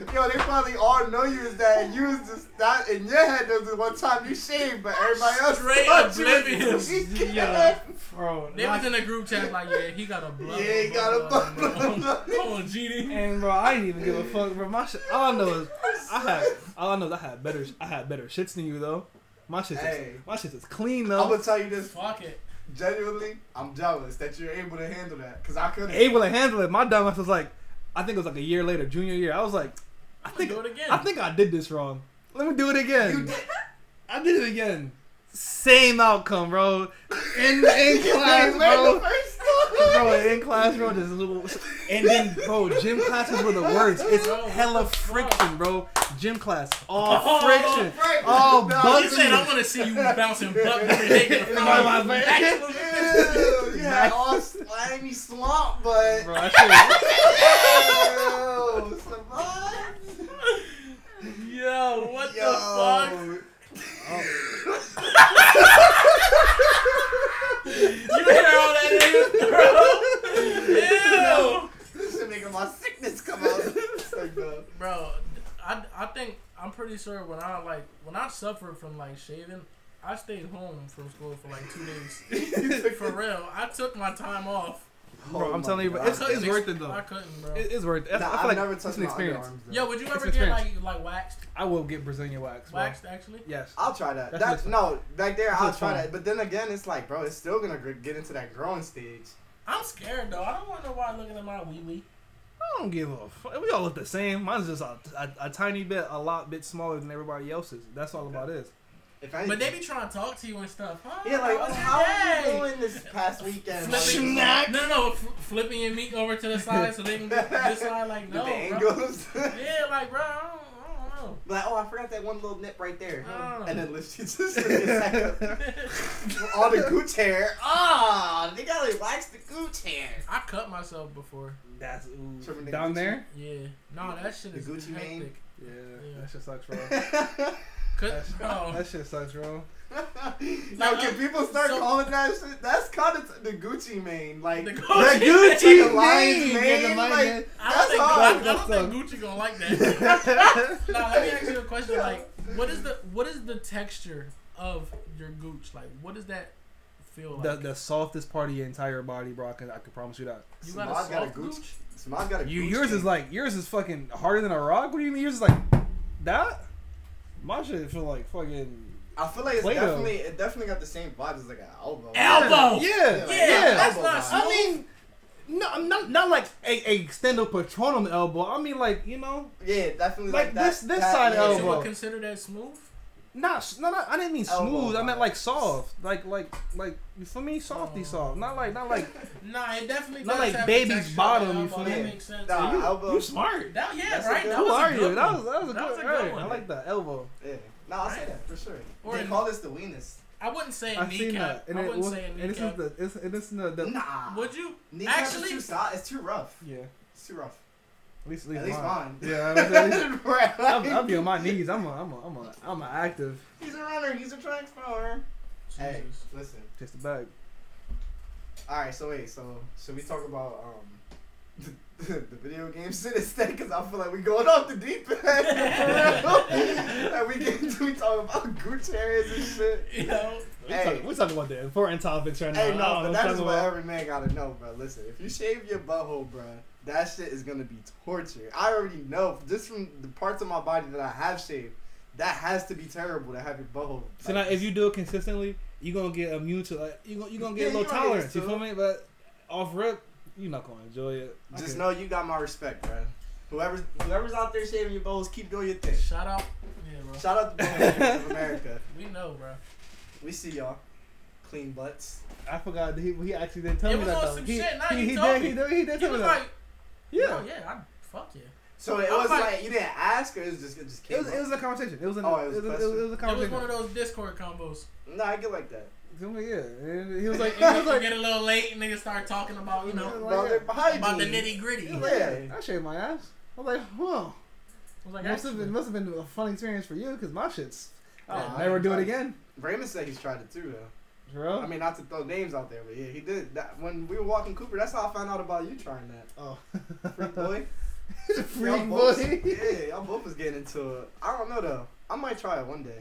Speaker 3: plug. Yo, they probably all know you as that, and you was just that in your head. There was the one time you shaved, but everybody else
Speaker 2: Straight
Speaker 3: thought you was
Speaker 2: oblivious.
Speaker 3: tweaking.
Speaker 1: Yo, bro.
Speaker 2: They was in a group chat like, yeah, he got a blood.
Speaker 3: Yeah, he got a butt plug.
Speaker 2: Come on, GD.
Speaker 1: And bro, I didn't even give a fuck, bro. My shit, all I know is I had, all I know is I had better, I had better shits than you though. My shit,
Speaker 3: Hey.
Speaker 1: is, my shit is clean
Speaker 3: I'm
Speaker 1: though.
Speaker 3: gonna tell you this
Speaker 2: Fuck it.
Speaker 3: genuinely. I'm jealous that you're able to handle that, cause I couldn't.
Speaker 1: Able to handle it. My dumbass was like, I think it was like a year later, junior year. I was like, I
Speaker 2: I'ma
Speaker 1: think,
Speaker 2: do it again.
Speaker 1: I think I did this wrong. Let me do it again.
Speaker 3: You did.
Speaker 1: I did it again. Same outcome, bro. In in class,
Speaker 3: Learn
Speaker 1: bro.
Speaker 3: the first
Speaker 1: Bro, in class, bro, this little, and then, bro, gym classes were the worst. It's
Speaker 2: Bro, what
Speaker 1: hella
Speaker 2: the fuck?
Speaker 1: friction, bro. Gym class, all
Speaker 2: Oh,
Speaker 1: friction.
Speaker 3: friction.
Speaker 1: all
Speaker 3: No, you
Speaker 1: butt
Speaker 2: He said, I want to see you bouncing butt every day. Get a
Speaker 1: No,
Speaker 2: front
Speaker 1: my
Speaker 2: of
Speaker 1: man.
Speaker 2: back.
Speaker 3: Ew, you had all slimy swamp, but
Speaker 1: Bro, that shit-
Speaker 3: Ew, Savant.
Speaker 2: Yo, what the fuck?
Speaker 3: Yo,
Speaker 2: You hear all that niggas, bro? Ew.
Speaker 3: this is making my sickness come out. It's like, no.
Speaker 2: Bro, I, I think I'm pretty pretty sure when I like when I suffered from like shaving, I stayed home from school for like two days. for real, I took my time off.
Speaker 1: Bro, I'm telling you, bro, it's,
Speaker 2: I couldn't
Speaker 1: it's worth it
Speaker 2: ex-
Speaker 1: though.
Speaker 2: I couldn't, bro.
Speaker 1: It- it's worth it. I- I
Speaker 3: Nah,
Speaker 1: feel
Speaker 3: I've
Speaker 1: like
Speaker 3: never
Speaker 1: it's
Speaker 3: touched
Speaker 1: an
Speaker 3: my
Speaker 1: experience.
Speaker 3: underarms. Though.
Speaker 2: Yo, would you
Speaker 1: It's
Speaker 2: ever get
Speaker 1: experience.
Speaker 2: like like waxed?
Speaker 1: I will get Brazilian wax. Bro.
Speaker 2: Waxed actually?
Speaker 1: Yes.
Speaker 3: I'll try that.
Speaker 1: That's
Speaker 3: That's
Speaker 1: fine.
Speaker 3: no back there. I'll
Speaker 1: That's
Speaker 3: try
Speaker 1: fine.
Speaker 3: that. But then again, it's like, bro, it's still gonna gr- get into that growing stage.
Speaker 2: I'm scared though. I don't want nobody looking at my wee wee.
Speaker 1: I don't give a fuck. We all look the same. Mine's just a, a, a tiny bit, a lot bit smaller than everybody else's. That's all about it.
Speaker 3: If anything,
Speaker 2: But they be trying to talk to you and stuff. Huh?
Speaker 3: yeah, like,
Speaker 2: How was
Speaker 3: oh,
Speaker 2: your
Speaker 3: how are
Speaker 2: day?
Speaker 3: you doing this past weekend? Like,
Speaker 2: Flipping, no, no, no, f- flipping your meat over to the side so they can get this side. Like,
Speaker 3: with
Speaker 2: no,
Speaker 3: the
Speaker 2: bro.
Speaker 3: angles.
Speaker 2: Yeah, like, bro, I don't, I don't know.
Speaker 3: like, oh, I forgot that one little nip right there.
Speaker 2: Oh.
Speaker 3: And then lift just all the gooch hair. Ah, they gotta relax the gooch hair.
Speaker 2: I cut myself before.
Speaker 1: That's ooh.
Speaker 3: Trimming the
Speaker 1: down
Speaker 3: Gucci.
Speaker 1: there.
Speaker 2: Yeah, no, that shit
Speaker 3: The
Speaker 2: is
Speaker 3: Gucci mane?
Speaker 2: hectic.
Speaker 1: Yeah,
Speaker 2: Yeah.
Speaker 1: that shit sucks, bro.
Speaker 2: Cut,
Speaker 1: That's-
Speaker 2: bro.
Speaker 1: That shit sucks, bro.
Speaker 3: Now, can people start
Speaker 2: so-
Speaker 3: calling that shit? That's kind of the Gucci mane, like
Speaker 2: The
Speaker 4: The
Speaker 2: Gucci-
Speaker 4: Gucci
Speaker 3: The lion's
Speaker 4: mane,
Speaker 3: mane,
Speaker 4: nigga,
Speaker 3: like-
Speaker 4: like that.
Speaker 2: I
Speaker 3: That's
Speaker 2: don't, think,
Speaker 3: hard.
Speaker 2: I, don't think Gucci gonna like that. no, let me ask you a question. Like, what is the what is the texture of your gooch? Like, what does that feel like?
Speaker 1: The the softest part of your entire body, bro. I can, I can promise you that.
Speaker 2: you
Speaker 3: Samad
Speaker 2: got a soft gooch?
Speaker 3: Samad got a
Speaker 1: You
Speaker 3: Gucci
Speaker 1: yours is
Speaker 3: mane.
Speaker 1: like yours is fucking harder than a rock. What do you mean yours is like that? My shit feel like fucking
Speaker 3: I feel like it's
Speaker 1: Play-Doh.
Speaker 3: definitely it definitely got the same vibe as like an elbow.
Speaker 1: Yeah,
Speaker 2: Elbow!
Speaker 1: yeah.
Speaker 2: Yeah,
Speaker 3: Yeah.
Speaker 2: that's
Speaker 3: Elbow
Speaker 2: not.
Speaker 3: line.
Speaker 1: I mean, no, not not like a, a extended patronum elbow. I mean like you know,
Speaker 3: Yeah, definitely
Speaker 1: Like
Speaker 3: like, that-
Speaker 1: this- this
Speaker 3: that-
Speaker 1: side
Speaker 3: yeah.
Speaker 2: So
Speaker 1: elbow.
Speaker 2: you would consider that smooth?
Speaker 1: not s- no, no. I didn't mean
Speaker 3: Elbow
Speaker 1: smooth. I meant
Speaker 3: vibes.
Speaker 1: like soft, like like like you feel me?
Speaker 2: Oh.
Speaker 1: Softy soft, not like not like.
Speaker 2: Nah, it definitely
Speaker 1: Not
Speaker 2: does
Speaker 1: like
Speaker 2: have
Speaker 1: baby's
Speaker 2: texture of
Speaker 1: bottom,
Speaker 2: the
Speaker 1: you
Speaker 2: elbow.
Speaker 1: feel
Speaker 2: That
Speaker 3: me?
Speaker 2: makes sense.
Speaker 3: Nah,
Speaker 1: you,
Speaker 3: elbow.
Speaker 1: you smart.
Speaker 2: That, yeah,
Speaker 3: That's a
Speaker 2: right.
Speaker 3: good-
Speaker 2: That
Speaker 1: Who
Speaker 2: was a
Speaker 1: are
Speaker 2: good
Speaker 1: you? That
Speaker 2: one.
Speaker 1: was that was a
Speaker 2: That
Speaker 1: good,
Speaker 2: was a good
Speaker 1: right.
Speaker 2: one.
Speaker 1: I like that elbow.
Speaker 3: Yeah. No, I'll say that for sure.
Speaker 2: Or
Speaker 3: they
Speaker 2: in-
Speaker 3: call this the weenus.
Speaker 2: I wouldn't say
Speaker 1: I've seen
Speaker 2: kneecap.
Speaker 1: that, and
Speaker 2: I
Speaker 1: it
Speaker 2: wouldn't
Speaker 1: was,
Speaker 2: say a
Speaker 1: and this is
Speaker 2: kneecap.
Speaker 1: the it's and this is the, the
Speaker 3: Nah.
Speaker 2: Would you?
Speaker 3: Kneecap is
Speaker 2: actually-
Speaker 3: too soft. It's too rough.
Speaker 1: yeah.
Speaker 3: It's too rough.
Speaker 1: At least,
Speaker 3: At least mine.
Speaker 1: Yeah, I was at least-
Speaker 3: Right,
Speaker 1: I'll, I'll
Speaker 3: like,
Speaker 1: be on my knees. I'm a, I'm a, I'm a, I'm a active.
Speaker 3: He's a runner. He's a track thrower. Hey,
Speaker 2: Jesus.
Speaker 3: listen.
Speaker 1: Just a bag.
Speaker 3: All right, so wait. So should we talk about um the, video game shit instead? Because I feel like we going off the deep end. and we get we talk about Gucci areas and shit.
Speaker 2: You know,
Speaker 1: We
Speaker 3: Hey.
Speaker 1: talking- we talking about the important topics right now.
Speaker 3: Hey,
Speaker 1: I
Speaker 3: no,
Speaker 1: don't know
Speaker 3: but that is
Speaker 1: talking
Speaker 3: what
Speaker 1: about-
Speaker 3: every man gotta know, bro. Listen, if you shave your butthole, bro, that shit is gonna be torture. I already know just from the parts of my body that I have shaved, that has to be terrible to have your butthole.
Speaker 1: So now,
Speaker 3: like-
Speaker 1: if you do it consistently, you are gonna get immune to like you gonna you gonna get
Speaker 3: Yeah,
Speaker 1: a little
Speaker 3: you gonna get
Speaker 1: tolerance.
Speaker 3: used
Speaker 1: You
Speaker 3: to
Speaker 1: feel me? But off rip, you're not gonna enjoy it.
Speaker 3: just
Speaker 1: Okay.
Speaker 3: know you got my respect, bro. Whoever's whoever's out there shaving your bowls, keep doing your thing.
Speaker 2: shout out. Yeah, bro.
Speaker 3: Shout out to Bowling of America.
Speaker 2: We know, bro.
Speaker 3: We see y'all. Clean butts.
Speaker 1: I forgot that he, he actually didn't tell
Speaker 2: It
Speaker 1: me
Speaker 2: was
Speaker 1: that.
Speaker 2: on
Speaker 1: though.
Speaker 2: some
Speaker 1: he,
Speaker 2: shit, now
Speaker 1: he,
Speaker 2: you
Speaker 1: he
Speaker 2: told
Speaker 1: did.
Speaker 2: me.
Speaker 1: He did. He did
Speaker 2: He
Speaker 1: tell me
Speaker 2: was
Speaker 1: that.
Speaker 2: like,
Speaker 1: yeah.
Speaker 2: oh, yeah, I fuck yeah.
Speaker 3: So it
Speaker 2: I'm
Speaker 3: was
Speaker 2: like-
Speaker 3: like, you didn't ask or it was just it just came.
Speaker 1: It was, it was a conversation. It was, an,
Speaker 3: Oh,
Speaker 1: it,
Speaker 3: it
Speaker 1: was
Speaker 3: was
Speaker 1: it,
Speaker 3: a
Speaker 1: was,
Speaker 3: question.
Speaker 1: a
Speaker 2: It was
Speaker 1: conversation.
Speaker 2: one of those Discord combos.
Speaker 3: no, I get like that.
Speaker 1: Feel me? Yeah. And he was like, he
Speaker 2: It
Speaker 1: was like,
Speaker 2: get a little late and niggas start talking about, you know,
Speaker 1: Like
Speaker 3: About,
Speaker 1: that.
Speaker 3: their hygiene.
Speaker 2: about the nitty gritty.
Speaker 1: he
Speaker 2: I
Speaker 1: was like,
Speaker 3: Yeah.
Speaker 1: I shaved my ass. I was like, huh.
Speaker 2: was like,
Speaker 1: must have
Speaker 2: actually,
Speaker 1: been must have been a fun experience for you because my shit's.
Speaker 3: Yeah,
Speaker 1: I'll
Speaker 3: I
Speaker 1: never do it
Speaker 3: tried-
Speaker 1: again,
Speaker 3: Raymond said he's tried it too though.
Speaker 1: bro.
Speaker 3: I mean, not to throw names out there, but yeah, he did. That when we were walking Cooper, that's how I found out about you trying that.
Speaker 1: oh,
Speaker 3: Freak boy. Y'all
Speaker 1: freak
Speaker 3: both-
Speaker 1: boy.
Speaker 3: yeah, y'all both was getting into it. I don't know though. I might try it one day.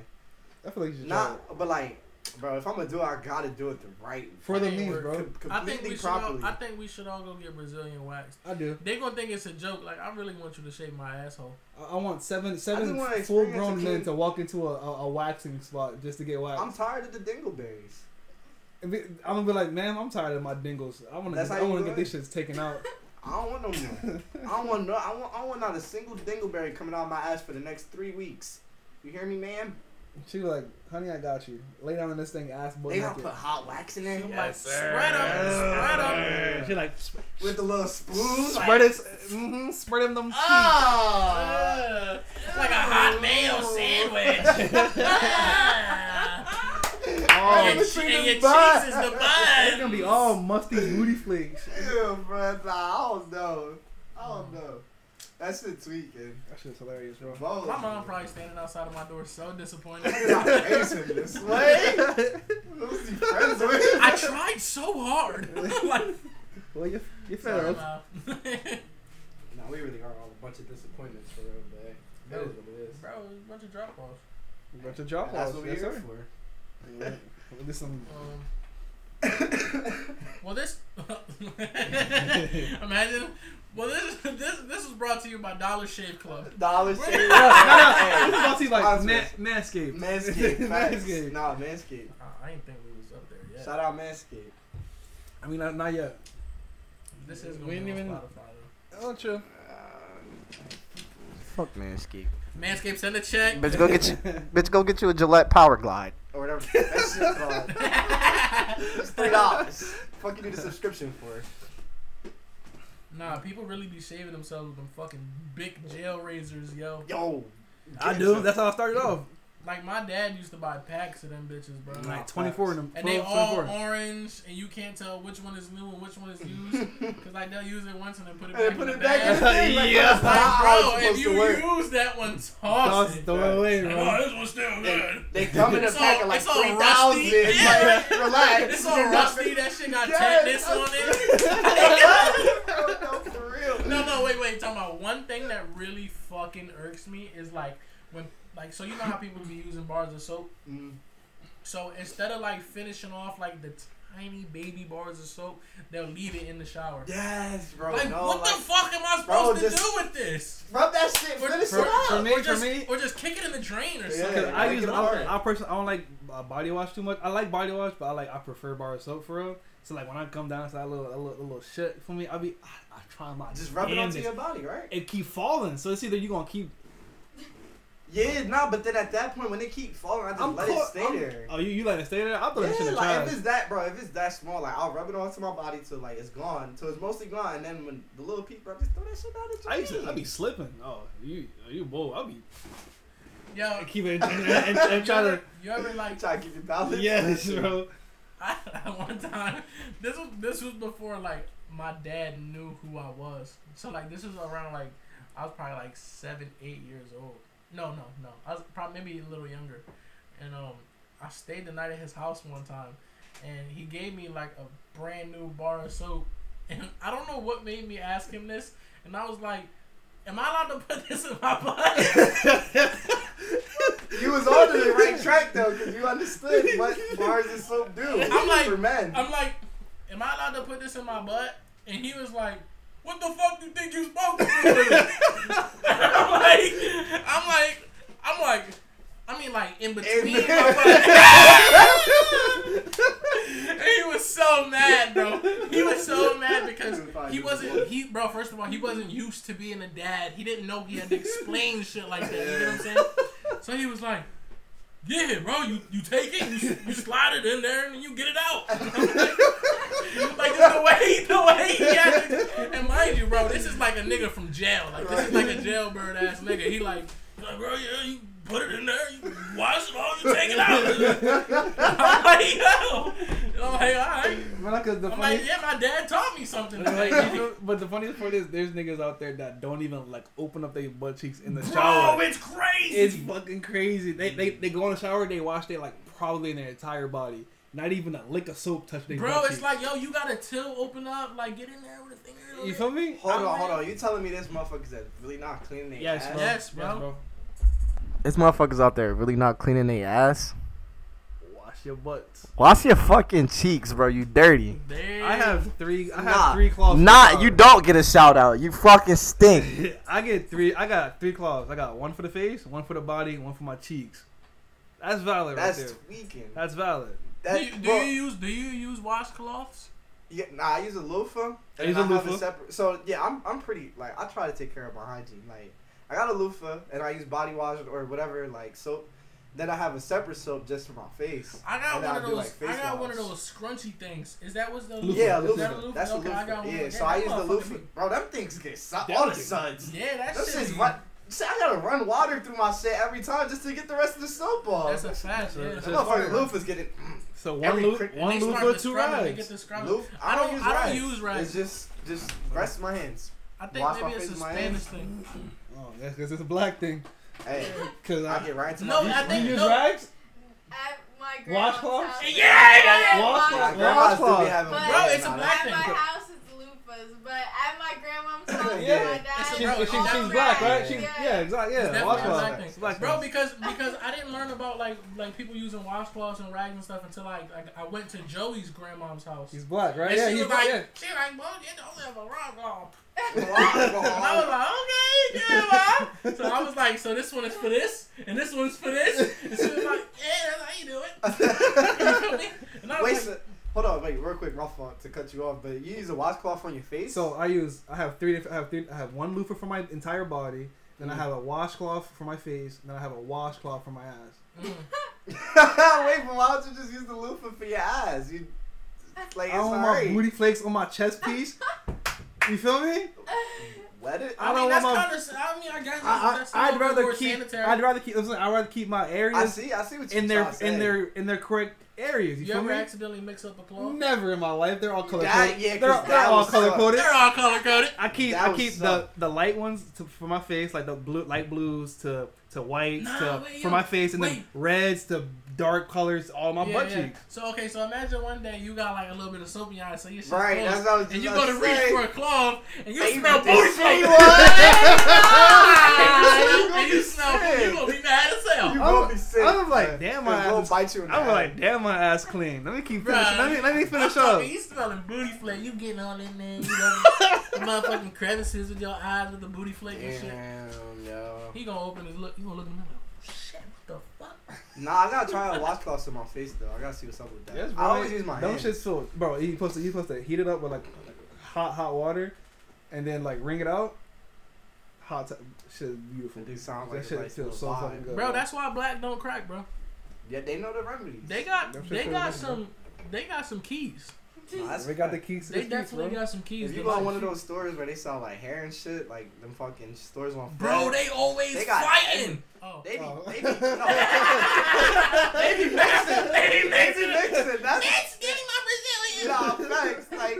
Speaker 1: I feel like you should try it.
Speaker 3: Not, but like, bro, if I'm gonna do it, I gotta do it the right way.
Speaker 1: for the
Speaker 2: Hey,
Speaker 1: memes,
Speaker 2: we're-
Speaker 1: bro.
Speaker 3: Com-
Speaker 2: I think
Speaker 3: completely
Speaker 2: we should. All,
Speaker 3: properly.
Speaker 2: I think we should all go get Brazilian waxed.
Speaker 1: I do.
Speaker 2: They gonna think it's a joke. Like I really want you to shave my asshole.
Speaker 1: I, I want seven seven
Speaker 3: wanna experience
Speaker 1: full grown
Speaker 3: a
Speaker 1: men
Speaker 3: clean-
Speaker 1: to walk into a, a, a waxing spot just to get waxed.
Speaker 3: I'm tired of the dingleberries.
Speaker 1: If it- I'm gonna be like, ma'am, I'm tired of my dingles. I wanna
Speaker 3: That's
Speaker 1: get,
Speaker 3: how
Speaker 1: I
Speaker 3: you
Speaker 1: wanna
Speaker 3: do
Speaker 1: get
Speaker 3: it?
Speaker 1: these shits taken out.
Speaker 3: I don't want no more. I don't want no. I want. I want not a single dingleberry coming out of my ass for the next three weeks. You hear me, ma'am?
Speaker 1: she was like, honey, I got you. Lay down in this thing, ass butt
Speaker 3: They gotta
Speaker 1: naked.
Speaker 3: put hot wax in there
Speaker 2: I'm like, spread up, spread up.
Speaker 1: She like sp-
Speaker 3: with the little spoon.
Speaker 1: spread it, mm-hmm, spread him them.
Speaker 3: Ah.
Speaker 2: Ugh, like a hot mayo sandwich. Ah.
Speaker 1: Oh,
Speaker 2: and your,
Speaker 3: it's
Speaker 2: che-
Speaker 3: in
Speaker 2: and
Speaker 3: the
Speaker 2: your cheese is
Speaker 3: bun.
Speaker 2: the
Speaker 1: it's gonna
Speaker 2: bun.
Speaker 1: be all musty booty flakes.
Speaker 3: Ew, bro. Nah, I don't know. I don't know. That shit's tweaking.
Speaker 1: That shit's hilarious, bro.
Speaker 3: Bro,
Speaker 2: My mom probably standing outside of my door, so disappointed.
Speaker 3: Look at my face in this way. Who's he friends with?
Speaker 2: I tried so hard. like,
Speaker 1: Well, you you fed
Speaker 2: sorry,
Speaker 1: up.
Speaker 2: Mom.
Speaker 3: Nah, we really are all a bunch of disappointments for real, but hey. That is what it is.
Speaker 2: Bro, it's a bunch of drop offs.
Speaker 1: Bunch of job
Speaker 3: That's
Speaker 1: loss,
Speaker 3: what we're
Speaker 1: yes,
Speaker 3: here
Speaker 1: sir.
Speaker 3: for.
Speaker 1: Yeah. There's some
Speaker 2: Um, well, this. imagine. Well, this this this was brought to you by Dollar Shave Club.
Speaker 3: Dollar
Speaker 2: Wait.
Speaker 3: Shave.
Speaker 1: no, no, no. This is about to
Speaker 3: Honestly.
Speaker 1: be like Ma- Manscaped.
Speaker 3: Manscaped. facts.
Speaker 1: Manscaped.
Speaker 3: Nah, Manscaped.
Speaker 2: Uh, I didn't think we was up there yet.
Speaker 3: Shout out Manscaped.
Speaker 1: I mean, not, not yet.
Speaker 2: This is gonna
Speaker 1: We
Speaker 2: be
Speaker 1: didn't
Speaker 2: on Spotify
Speaker 1: even- Oh, true.
Speaker 3: Um,
Speaker 4: Fuck Manscaped.
Speaker 2: though. Manscaped send a check.
Speaker 4: Bitch, go get you. bitch, go get you a Gillette Power Glide.
Speaker 3: Or whatever. That shit called. It's three dollars. Fuck you need a subscription for.
Speaker 2: nah, people really be shaving themselves with them fucking big jail razors, yo.
Speaker 3: Yo.
Speaker 1: I
Speaker 3: get
Speaker 1: do.
Speaker 3: some-
Speaker 1: That's how I started off.
Speaker 2: Like my dad used to buy packs of them bitches, bro.
Speaker 1: Like 24 in them.
Speaker 2: and they
Speaker 1: 12,
Speaker 2: all
Speaker 1: 24.
Speaker 2: orange, and you can't tell which one is new and which one is used, because like they'll use it once and then put it
Speaker 3: And
Speaker 2: back.
Speaker 3: then put
Speaker 2: in
Speaker 3: it
Speaker 2: the
Speaker 3: back in the
Speaker 2: bag.
Speaker 3: thing. Like,
Speaker 1: Yeah.
Speaker 3: that's not how it's
Speaker 2: Bro, if
Speaker 3: supposed
Speaker 2: you
Speaker 3: to work.
Speaker 2: use that one, toss
Speaker 1: Toss-
Speaker 2: it.
Speaker 1: Throw it away,
Speaker 2: Oh,
Speaker 1: bro.
Speaker 2: this one's still
Speaker 3: They,
Speaker 2: good.
Speaker 3: they come in a
Speaker 2: It's
Speaker 3: pack
Speaker 2: all-
Speaker 3: of like
Speaker 2: it's all
Speaker 3: three thousand.
Speaker 2: rusty.
Speaker 3: Like,
Speaker 2: Yeah.
Speaker 3: relax.
Speaker 2: It's all
Speaker 3: You're not-
Speaker 2: rusty. That shit got
Speaker 3: Yes,
Speaker 2: tetanus on it.
Speaker 3: I'm- no, no, for real.
Speaker 2: No, no, wait, wait. Talking about one thing that really fucking irks me is like when, like, so you know how people be using bars of soap.
Speaker 3: Mm.
Speaker 2: So instead of like finishing off like the tiny baby bars of soap, they'll leave it in the shower.
Speaker 3: Yes, bro.
Speaker 2: like,
Speaker 3: no,
Speaker 2: what
Speaker 3: like,
Speaker 2: the fuck am I
Speaker 3: bro,
Speaker 2: supposed to
Speaker 3: just-
Speaker 2: do with this?
Speaker 3: Rub that shit.
Speaker 2: Or-
Speaker 3: Finish
Speaker 1: for-
Speaker 3: it up.
Speaker 1: for me-
Speaker 2: or just,
Speaker 1: me-
Speaker 2: or just kick it in the drain or
Speaker 3: Yeah.
Speaker 2: something.
Speaker 1: Cause I
Speaker 3: Make
Speaker 1: use
Speaker 3: it
Speaker 1: I,
Speaker 3: hard.
Speaker 1: I personally I don't like uh, body wash too much. I like body wash, but I like I prefer bar of soap for real. So like when I come down, it's like a little a little, a little shit for me. I'll be I, I try my
Speaker 3: Just rub it onto
Speaker 1: damnedest.
Speaker 3: your body, right?
Speaker 1: It keep falling, so it's either you gonna keep.
Speaker 3: Yeah, nah, but then at that point, when they keep falling, I just
Speaker 1: I'm
Speaker 3: let
Speaker 1: caught-
Speaker 3: it stay
Speaker 1: I'm-
Speaker 3: there.
Speaker 1: Oh, you you let it stay there? I thought that shit
Speaker 3: yeah,
Speaker 1: in the
Speaker 3: like
Speaker 1: trash.
Speaker 3: if it's that, bro, if it's that small, like I'll rub it onto my body till like it's gone, till it's mostly gone, and then when the little peep, bro, just throw that shit out of
Speaker 1: I used to, I'd be slipping. Oh, you you whoa! I'll be
Speaker 2: Yo,
Speaker 1: I keep it and, and, and
Speaker 2: you
Speaker 1: try to.
Speaker 2: ever, you ever like
Speaker 3: try to keep it balanced.
Speaker 1: Yes, bro.
Speaker 2: I, one time, this was this was before like my dad knew who I was. So like this was around like I was probably like seven, eight years old. No, no, no. I was probably maybe a little younger. And um, I stayed the night at his house one time, and he gave me like a brand new bar of soap. And I don't know what made me ask him this, and I was like, "Am I allowed to put this in my butt?"
Speaker 3: You was on to the right track though, because you understood what bars and soap do
Speaker 2: I'm like-
Speaker 3: for men.
Speaker 2: I'm like, am I allowed to put this in my butt? And he was like, what the fuck you think you supposed to do with it? I'm like, I'm like, I'm like, I mean like in between
Speaker 3: In-
Speaker 2: my butt. And he was so mad, bro. He was so mad because he wasn't he bro, first of all, he wasn't used to being a dad. He didn't know he had to explain shit like that. You know what I'm saying? So he was like, yeah, bro, you, you take it, you, you slide it in there, and then you get it out. like the way the way he had it. And mind you, bro, this is like a nigga from jail. Like this is like a jailbird ass nigga. He like, like bro, yeah, you put it in there, you wash it all, you take it out. I'm like, yo. And I'm like, all right.
Speaker 1: But like, 'cause the
Speaker 2: I'm
Speaker 1: funny,
Speaker 2: like, yeah, my dad taught me something. Like,
Speaker 1: but the funniest part is there's niggas out there that don't even like open up their butt cheeks in the
Speaker 2: bro,
Speaker 1: shower.
Speaker 2: it's crazy.
Speaker 1: It's fucking crazy. They, they they go in the shower, they wash their like probably their entire body. Not even a lick of soap touch their
Speaker 2: bro,
Speaker 1: butt cheeks.
Speaker 2: it's like, yo, you gotta till open up, like get in there with a finger.
Speaker 1: you feel me?
Speaker 3: Hold on,
Speaker 2: I'm
Speaker 3: hold
Speaker 2: like-
Speaker 3: on. You telling me this motherfuckers that really not cleaning their
Speaker 1: Yes,
Speaker 3: ass?
Speaker 1: bro.
Speaker 2: Yes, bro.
Speaker 4: It's motherfuckers out there really not cleaning their ass.
Speaker 1: Wash your butts.
Speaker 4: Wash your fucking cheeks, bro. You dirty.
Speaker 2: There.
Speaker 1: I have three. I have
Speaker 4: Nah,
Speaker 1: three claws. for
Speaker 4: Not
Speaker 1: the
Speaker 4: you.
Speaker 1: shower.
Speaker 4: Don't get a shout out. You fucking stink.
Speaker 1: I get three. I got three claws. I got one for the face, one for the body, one for my cheeks. That's valid
Speaker 3: That's
Speaker 1: right there.
Speaker 3: tweaking.
Speaker 1: That's valid.
Speaker 3: That,
Speaker 2: do you, do
Speaker 3: bro,
Speaker 2: you use do you use washcloths?
Speaker 3: yeah, nah, I use a loofah.
Speaker 1: I use
Speaker 3: and
Speaker 1: a
Speaker 3: have
Speaker 1: loofah.
Speaker 3: separate, so yeah, I'm I'm pretty like I try to take care of my hygiene. Like I got a loofah and I use body wash or whatever like soap. Then I have a separate soap just for my face.
Speaker 2: I got
Speaker 3: And
Speaker 2: one
Speaker 3: I'll
Speaker 2: of
Speaker 3: do,
Speaker 2: those.
Speaker 3: like, face
Speaker 2: I got one of
Speaker 3: wash.
Speaker 2: those scrunchy things. Is that what's the
Speaker 1: Loofah.
Speaker 3: Yeah,
Speaker 1: That's
Speaker 3: loofah.
Speaker 1: a
Speaker 2: loofah.
Speaker 3: That's a
Speaker 2: Okay, I
Speaker 3: loofah.
Speaker 2: got one.
Speaker 3: yeah,
Speaker 2: Yeah,
Speaker 3: so I
Speaker 2: that
Speaker 3: use the
Speaker 2: motherfucker
Speaker 3: loofah.
Speaker 2: be-
Speaker 3: Bro, them things get su-
Speaker 1: That
Speaker 3: all
Speaker 1: would
Speaker 3: the
Speaker 1: be-
Speaker 3: suds.
Speaker 2: Yeah, that
Speaker 3: This
Speaker 2: shit.
Speaker 3: is
Speaker 2: is-
Speaker 3: what. See, I gotta run water through my shit every time just to get the rest of the soap off.
Speaker 2: That's a fact.
Speaker 1: That's a-
Speaker 2: yeah.
Speaker 1: that's
Speaker 3: That
Speaker 1: a-
Speaker 3: motherfucking loofah's getting.
Speaker 1: So one
Speaker 3: Every
Speaker 1: loo-
Speaker 3: cri- and
Speaker 1: one
Speaker 2: They start
Speaker 1: loofah, two
Speaker 2: describing it, they get
Speaker 1: rags.
Speaker 2: describing it.
Speaker 3: Loof. I
Speaker 2: I
Speaker 3: don't,
Speaker 2: don't-
Speaker 3: use
Speaker 2: I don't
Speaker 3: rags.
Speaker 2: use rags.
Speaker 3: It's just, just rest my hands.
Speaker 2: I think
Speaker 3: Wash my
Speaker 2: maybe it's a
Speaker 3: face with my
Speaker 2: Spanish
Speaker 3: hands.
Speaker 2: thing.
Speaker 1: Oh, that's because it's a black thing.
Speaker 3: Hey,
Speaker 1: Cause
Speaker 3: I
Speaker 1: I,
Speaker 3: get right to
Speaker 2: No,
Speaker 3: my.
Speaker 2: I
Speaker 1: you
Speaker 2: think-
Speaker 1: use
Speaker 2: no.
Speaker 1: rags.
Speaker 5: At my grandma's
Speaker 1: Washcloths?
Speaker 5: house.
Speaker 2: Yeah, yeah, yeah.
Speaker 5: At
Speaker 1: Washcloths.
Speaker 5: my-
Speaker 3: My grandma still be
Speaker 1: Washcloth.
Speaker 3: having
Speaker 5: But
Speaker 2: Bro, it's a
Speaker 3: nah,
Speaker 2: black
Speaker 5: At my
Speaker 2: thing.
Speaker 5: house, it's loofahs. But at my grandma's house, and
Speaker 1: Yeah.
Speaker 5: my
Speaker 2: It's a
Speaker 1: She's,
Speaker 2: Bro,
Speaker 1: she's, she's
Speaker 2: definitely
Speaker 1: black,
Speaker 4: black.
Speaker 1: right? She's,
Speaker 5: Yeah.
Speaker 1: yeah, exactly.
Speaker 2: It's
Speaker 1: Yeah,
Speaker 2: definitely
Speaker 1: watch
Speaker 2: a
Speaker 1: out.
Speaker 2: black thing.
Speaker 1: It's black
Speaker 2: Bro,
Speaker 1: thing.
Speaker 2: because because I didn't learn about like like people using washcloths and rags and stuff until like I, I went to Joey's grandmom's house.
Speaker 1: He's black, right?
Speaker 2: And
Speaker 1: yeah,
Speaker 2: she
Speaker 1: he's
Speaker 2: was like,
Speaker 1: black. Yeah.
Speaker 2: she was like, well, you don't have a rock wall. And I was
Speaker 3: Wow.
Speaker 2: like, okay, yeah, well. So I was like, so this one is for this, and this one's for this. And she was like, yeah, that's how you do it. You feel me? And I was
Speaker 3: Wait,
Speaker 2: like,
Speaker 3: so, hold on, wait, real quick, Ralph, uh, to cut you off, but you use a washcloth on your face.
Speaker 1: So I use I have three different I have three I have one loofah for my entire body, then I have a washcloth for my face, and then I have a washcloth for my ass.
Speaker 2: mm.
Speaker 3: wait, but why don't you just use the loofah for your eyes? You like it's
Speaker 1: I want
Speaker 3: alright.
Speaker 1: my booty flakes on my chest piece. you feel me?
Speaker 3: Let it.
Speaker 1: I
Speaker 2: I,
Speaker 1: don't
Speaker 2: mean,
Speaker 1: want
Speaker 2: that's
Speaker 1: my-
Speaker 2: kind of. I mean, I guess that's,
Speaker 1: I,
Speaker 2: that's a
Speaker 1: I, I'd
Speaker 2: little bit
Speaker 1: rather
Speaker 2: more
Speaker 1: keep
Speaker 2: sanitary.
Speaker 1: I'd rather keep listen, I'd rather keep my
Speaker 3: I
Speaker 1: areas
Speaker 3: see. I see what you're
Speaker 1: in their
Speaker 3: trying to
Speaker 1: in
Speaker 3: say.
Speaker 1: their in their correct areas. You
Speaker 2: you
Speaker 1: feel
Speaker 2: ever
Speaker 1: me?
Speaker 2: accidentally mix up a cloth?
Speaker 1: Never in my life. They're all color
Speaker 3: That-
Speaker 1: coded.
Speaker 3: yeah, 'cause
Speaker 1: they're,
Speaker 3: that
Speaker 1: they're all
Speaker 3: would
Speaker 1: color
Speaker 3: suck.
Speaker 1: coded.
Speaker 2: They're all color coded.
Speaker 1: I keep
Speaker 3: That
Speaker 1: I
Speaker 3: would
Speaker 1: keep the,
Speaker 3: suck.
Speaker 1: the light ones to, for my face, like the blue light blues to to white
Speaker 2: Nah,
Speaker 1: to
Speaker 2: wait,
Speaker 1: for
Speaker 2: yo,
Speaker 1: my face, and
Speaker 2: wait.
Speaker 1: then reds to dark colors, all my butt cheeks.
Speaker 2: So okay, so imagine one day you got like a little bit of soap in your eye, so you shit
Speaker 3: Right,
Speaker 2: close,
Speaker 3: that's what I was
Speaker 2: and you
Speaker 3: just
Speaker 2: go to
Speaker 3: about to
Speaker 2: reach
Speaker 3: say.
Speaker 2: for a cloth, and you
Speaker 3: And you
Speaker 2: smell
Speaker 3: just
Speaker 2: booty
Speaker 3: say
Speaker 2: shake.
Speaker 3: what?
Speaker 2: Ah, and you smell,
Speaker 3: Sick.
Speaker 2: you gonna be mad as hell.
Speaker 3: You
Speaker 1: I'm-
Speaker 3: will be sick.
Speaker 1: I'm like,
Speaker 3: but
Speaker 1: damn,
Speaker 3: it
Speaker 1: my
Speaker 3: will
Speaker 1: ass-
Speaker 3: bite you. In the
Speaker 1: I'm
Speaker 3: eye.
Speaker 1: like, damn, my ass clean. Let me keep
Speaker 2: Bruh.
Speaker 1: finishing. Let me let me
Speaker 2: I'm
Speaker 1: finish up.
Speaker 2: talking, you smelling booty flake. You getting all in there, you know, the motherfucking crevices with your eyes with the booty flake and shit.
Speaker 3: Damn, yo.
Speaker 2: He gonna open his look. You gonna look at me like, shit, what the fuck?
Speaker 3: Nah, I gotta try a washcloth on my face though. I gotta see what's up with that.
Speaker 1: Yes,
Speaker 3: I always use my
Speaker 1: Them
Speaker 3: hands.
Speaker 1: shits so bro. You supposed to you supposed to heat it up with like, like hot hot water, and then like wring it out. Hot t- shit, is beautiful.
Speaker 3: That dude sound like
Speaker 1: that shit
Speaker 3: a
Speaker 1: feels
Speaker 3: nice
Speaker 1: so
Speaker 3: little
Speaker 1: fucking
Speaker 3: vibe.
Speaker 1: good.
Speaker 2: Bro, that's why black don't crack, bro.
Speaker 3: Yeah, they know the remedies.
Speaker 2: They got,
Speaker 1: Them shit
Speaker 2: they
Speaker 1: feel
Speaker 2: got
Speaker 1: good, bro.
Speaker 2: some, they got some keys.
Speaker 3: Nah,
Speaker 1: We got the keys. to
Speaker 2: They
Speaker 1: the keys,
Speaker 2: definitely
Speaker 1: bro.
Speaker 2: got some keys.
Speaker 3: If
Speaker 2: to
Speaker 3: you go
Speaker 2: life.
Speaker 3: in one of those stores where they sell like hair and shit, like them fucking stores on
Speaker 2: Bro, they always
Speaker 3: They got
Speaker 2: fighting. Oh.
Speaker 3: they be,
Speaker 1: Oh.
Speaker 3: they be, no. they be mixing,
Speaker 2: They be
Speaker 3: they
Speaker 2: mixing.
Speaker 3: be mixing. That's
Speaker 2: getting my
Speaker 3: nah, facts. Like,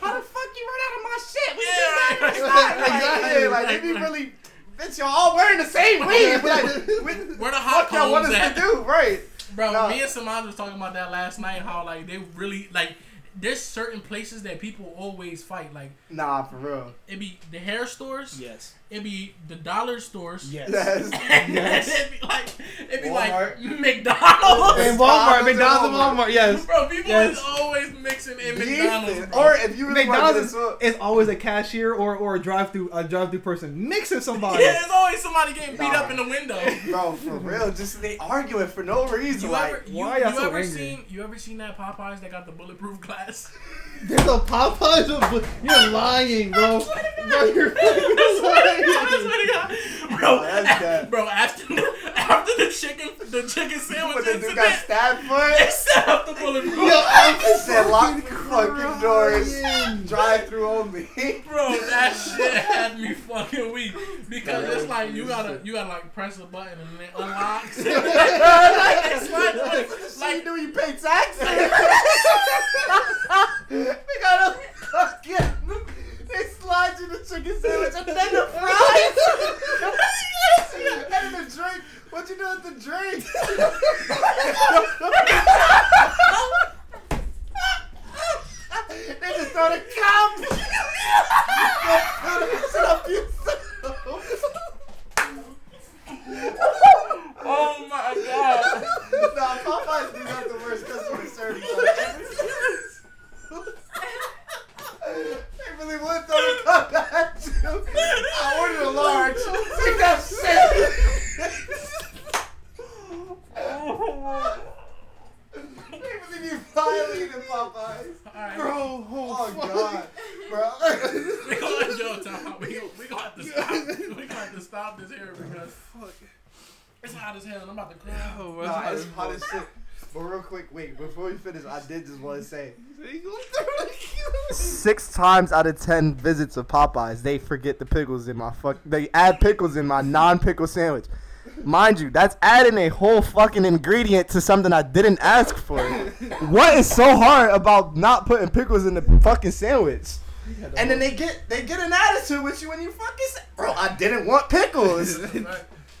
Speaker 3: how the fuck you run out of my shit? We
Speaker 2: Yeah, right.
Speaker 3: just right, right. Like,
Speaker 1: Exactly.
Speaker 3: yeah, like, they be
Speaker 2: Right.
Speaker 3: really, bitch, y'all all wearing the same weed. Like, what
Speaker 2: Where the hot
Speaker 3: fuck y'all want
Speaker 2: cones
Speaker 3: us
Speaker 2: at?
Speaker 3: to do, right?
Speaker 2: Bro,
Speaker 3: Nah.
Speaker 2: me and Samaj was talking about that last night. How like they really like there's certain places that people always fight. Like
Speaker 3: Nah, for real.
Speaker 2: it be the hair stores.
Speaker 1: Yes.
Speaker 2: It be the dollar stores.
Speaker 1: Yes.
Speaker 3: That's,
Speaker 1: Yes.
Speaker 2: it be like it be
Speaker 3: Walmart.
Speaker 2: like McDonald's.
Speaker 1: And Walmart,
Speaker 3: Starbucks
Speaker 1: McDonald's, and
Speaker 3: and
Speaker 1: Walmart. Yes.
Speaker 2: Bro, people
Speaker 1: Yes.
Speaker 2: is always mixing in
Speaker 3: Beef
Speaker 2: McDonald's.
Speaker 3: it.
Speaker 2: Bro.
Speaker 3: Or if you really want
Speaker 1: McDonald's
Speaker 3: this
Speaker 1: is,
Speaker 3: up,
Speaker 1: is always a cashier or, or a drive through a drive through person mixing somebody.
Speaker 2: yeah, there's always somebody getting beat
Speaker 3: Nah.
Speaker 2: up in the window.
Speaker 3: bro, for real, just they arguing for no reason.
Speaker 2: You
Speaker 3: like,
Speaker 2: ever you,
Speaker 1: why
Speaker 2: you
Speaker 1: y'all so
Speaker 2: ever
Speaker 1: angry?
Speaker 2: seen you ever seen that Popeyes that got the bulletproof glass?
Speaker 1: There's a Popeyes. with- You're lying, bro. Bro, you're fucking
Speaker 2: I
Speaker 1: lying.
Speaker 2: swear to God. bro,
Speaker 3: Oh, that's bad.
Speaker 2: bro, after the, after the chicken the chicken sandwich
Speaker 3: But the dude
Speaker 2: incident,
Speaker 3: got stabbed for
Speaker 2: they
Speaker 3: it.
Speaker 2: set up the bulletproof.
Speaker 1: Yo, I'm
Speaker 3: They said lock the fucking doors,
Speaker 1: crying.
Speaker 3: drive through only.
Speaker 2: Bro, that shit had me fucking weak because
Speaker 3: That
Speaker 2: it's
Speaker 3: was
Speaker 2: like you
Speaker 3: crazy
Speaker 2: gotta
Speaker 3: shit.
Speaker 2: you gotta like press a button and it unlocks. like, it's like,
Speaker 3: so
Speaker 2: like
Speaker 3: you knew you paid taxes. they got a fucking. They slide you the chicken sandwich and then the fries. and then the drink. What you do with the drink? they just throw the cup.
Speaker 2: oh my god.
Speaker 3: nah, Popeyes do not the worst customer service. I've ever They really would throw the cup at you. I ordered a large. Take that shit. they really be violating Popeyes.
Speaker 2: Alright.
Speaker 1: Bro,
Speaker 3: Oh, God. Bro.
Speaker 2: We gonna let Joe time out. We gonna, we gonna have to stop. We gonna have to stop this here because
Speaker 1: fuck.
Speaker 2: it's hot as hell. and I'm about to cry.
Speaker 1: Oh,
Speaker 3: nah, it's hot as shit. But real quick, wait, before we finish, I did just want to say.
Speaker 4: Six times out of ten visits of Popeyes, they forget the pickles in my fuck. They add pickles in my non-pickle sandwich. Mind you, that's adding a whole fucking ingredient to something I didn't ask for. what is so hard about not putting pickles in the fucking sandwich?
Speaker 3: And then they get they get an attitude with you when you fucking say, bro, I didn't want pickles.
Speaker 2: Right.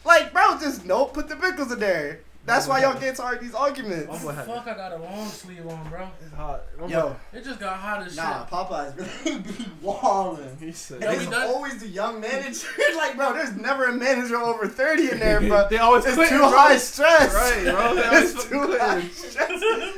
Speaker 3: Like, bro, just no, put the pickles in there. That's why y'all get started these
Speaker 1: I'm
Speaker 3: arguments.
Speaker 1: gonna have
Speaker 2: Fuck, I got a long sleeve on, bro.
Speaker 1: It's hot. Oh I'm
Speaker 3: Yo,
Speaker 1: like-
Speaker 2: It just got hot as shit.
Speaker 3: nah, Popeyes really be wallin'.
Speaker 1: he said.
Speaker 3: And
Speaker 2: Yo,
Speaker 3: it's
Speaker 2: we done-
Speaker 3: always the young manager. like, bro, there's never a manager over 30 in there, bro.
Speaker 1: they always
Speaker 3: It's
Speaker 1: quit,
Speaker 3: too
Speaker 1: bro.
Speaker 3: high stress.
Speaker 1: Right, bro. They always
Speaker 3: It's
Speaker 1: fucking
Speaker 3: too
Speaker 1: quit.
Speaker 3: high stress.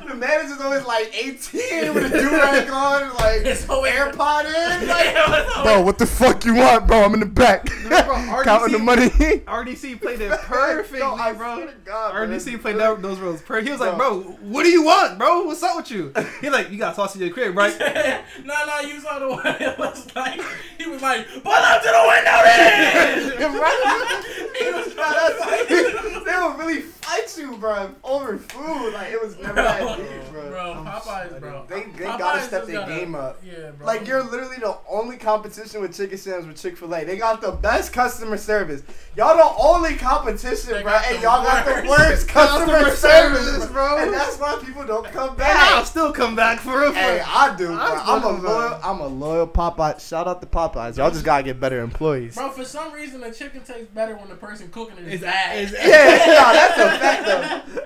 Speaker 3: The manager's always like 18 with a do rag on, like
Speaker 2: It's always-
Speaker 3: AirPod in. Like,
Speaker 2: Bro,
Speaker 3: what the fuck you want, bro? I'm in the back.
Speaker 1: bro,
Speaker 3: Counting the money.
Speaker 1: RDC played it perfectly,
Speaker 3: Yo, I
Speaker 1: bro.
Speaker 3: swear to God, bro,
Speaker 1: RDC
Speaker 3: that's
Speaker 1: played
Speaker 3: good.
Speaker 1: that, those roles. Per- He was like,
Speaker 3: Bro.
Speaker 1: bro, what do you want, bro? What's up with you? He like, you got sauce in your crib, right?
Speaker 2: nah, nah, you saw the one. It was like he was like, pull up to the window, then.
Speaker 3: Right?
Speaker 2: he was
Speaker 3: Bro, that's- they will really fight you, bro, over food. Like it was never that deep, bro. Um,
Speaker 2: Bro, Popeyes, bro.
Speaker 3: They, they
Speaker 2: Popeyes
Speaker 3: gotta step
Speaker 2: just
Speaker 3: their
Speaker 2: gotta-
Speaker 3: game up.
Speaker 2: Yeah, bro.
Speaker 3: Like you're literally the only competition with chicken sandwich with Chick Fil A. They got the best customer service. Y'all the only competition,
Speaker 2: They
Speaker 3: bro,
Speaker 2: got
Speaker 3: and
Speaker 2: the
Speaker 3: y'all got the
Speaker 2: worst
Speaker 3: worst customer,
Speaker 1: customer
Speaker 3: service,
Speaker 1: service,
Speaker 3: bro.
Speaker 1: bro.
Speaker 3: And that's why people don't come
Speaker 1: And I'll
Speaker 3: back.
Speaker 1: still come back for real. for
Speaker 3: Hey,
Speaker 1: real.
Speaker 3: I do. Bro.
Speaker 1: I
Speaker 3: I'm a
Speaker 1: fucking love
Speaker 3: loyal. I'm a loyal Popeye. Shout out to Popeyes. Y'all just gotta get better employees.
Speaker 2: Bro, for some reason, the chicken tastes better when the person cooking it
Speaker 1: It's-
Speaker 2: is bad.
Speaker 1: it's-
Speaker 3: Yeah, no, that's a fact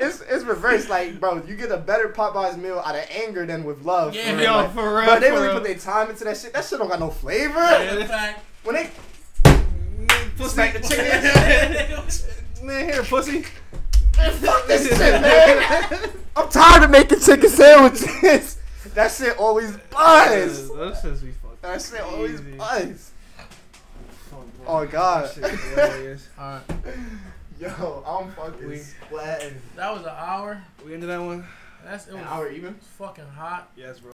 Speaker 3: though. It's it's reversed. Like, bro, you get a better Popeyes meal out of anger than with love.
Speaker 2: Yeah,
Speaker 3: for real.
Speaker 1: Yo,
Speaker 3: Like,
Speaker 1: for real.
Speaker 3: bro, they
Speaker 1: for
Speaker 3: really
Speaker 1: real.
Speaker 3: put their time into that shit. That shit don't got no flavor.
Speaker 1: Yeah.
Speaker 2: In fact,
Speaker 3: When they
Speaker 1: pussy.
Speaker 3: smack the chicken,
Speaker 2: yeah,
Speaker 1: man, here, pussy.
Speaker 3: fuck this shit, man. I'm tired of making chicken sandwiches. that shit always buzz.
Speaker 1: Those shits be fucking
Speaker 3: That shit always
Speaker 1: crazy.
Speaker 3: buzz.
Speaker 1: Fuck, bro.
Speaker 3: Oh god.
Speaker 1: That shit hilarious.
Speaker 2: all right.
Speaker 3: Yo, I'm fucking
Speaker 1: We-
Speaker 3: sweating.
Speaker 2: That was an hour.
Speaker 1: we into that one?
Speaker 2: That's it.
Speaker 3: An
Speaker 2: Was,
Speaker 3: hour even?
Speaker 2: It's fucking hot.
Speaker 1: Yes, bro.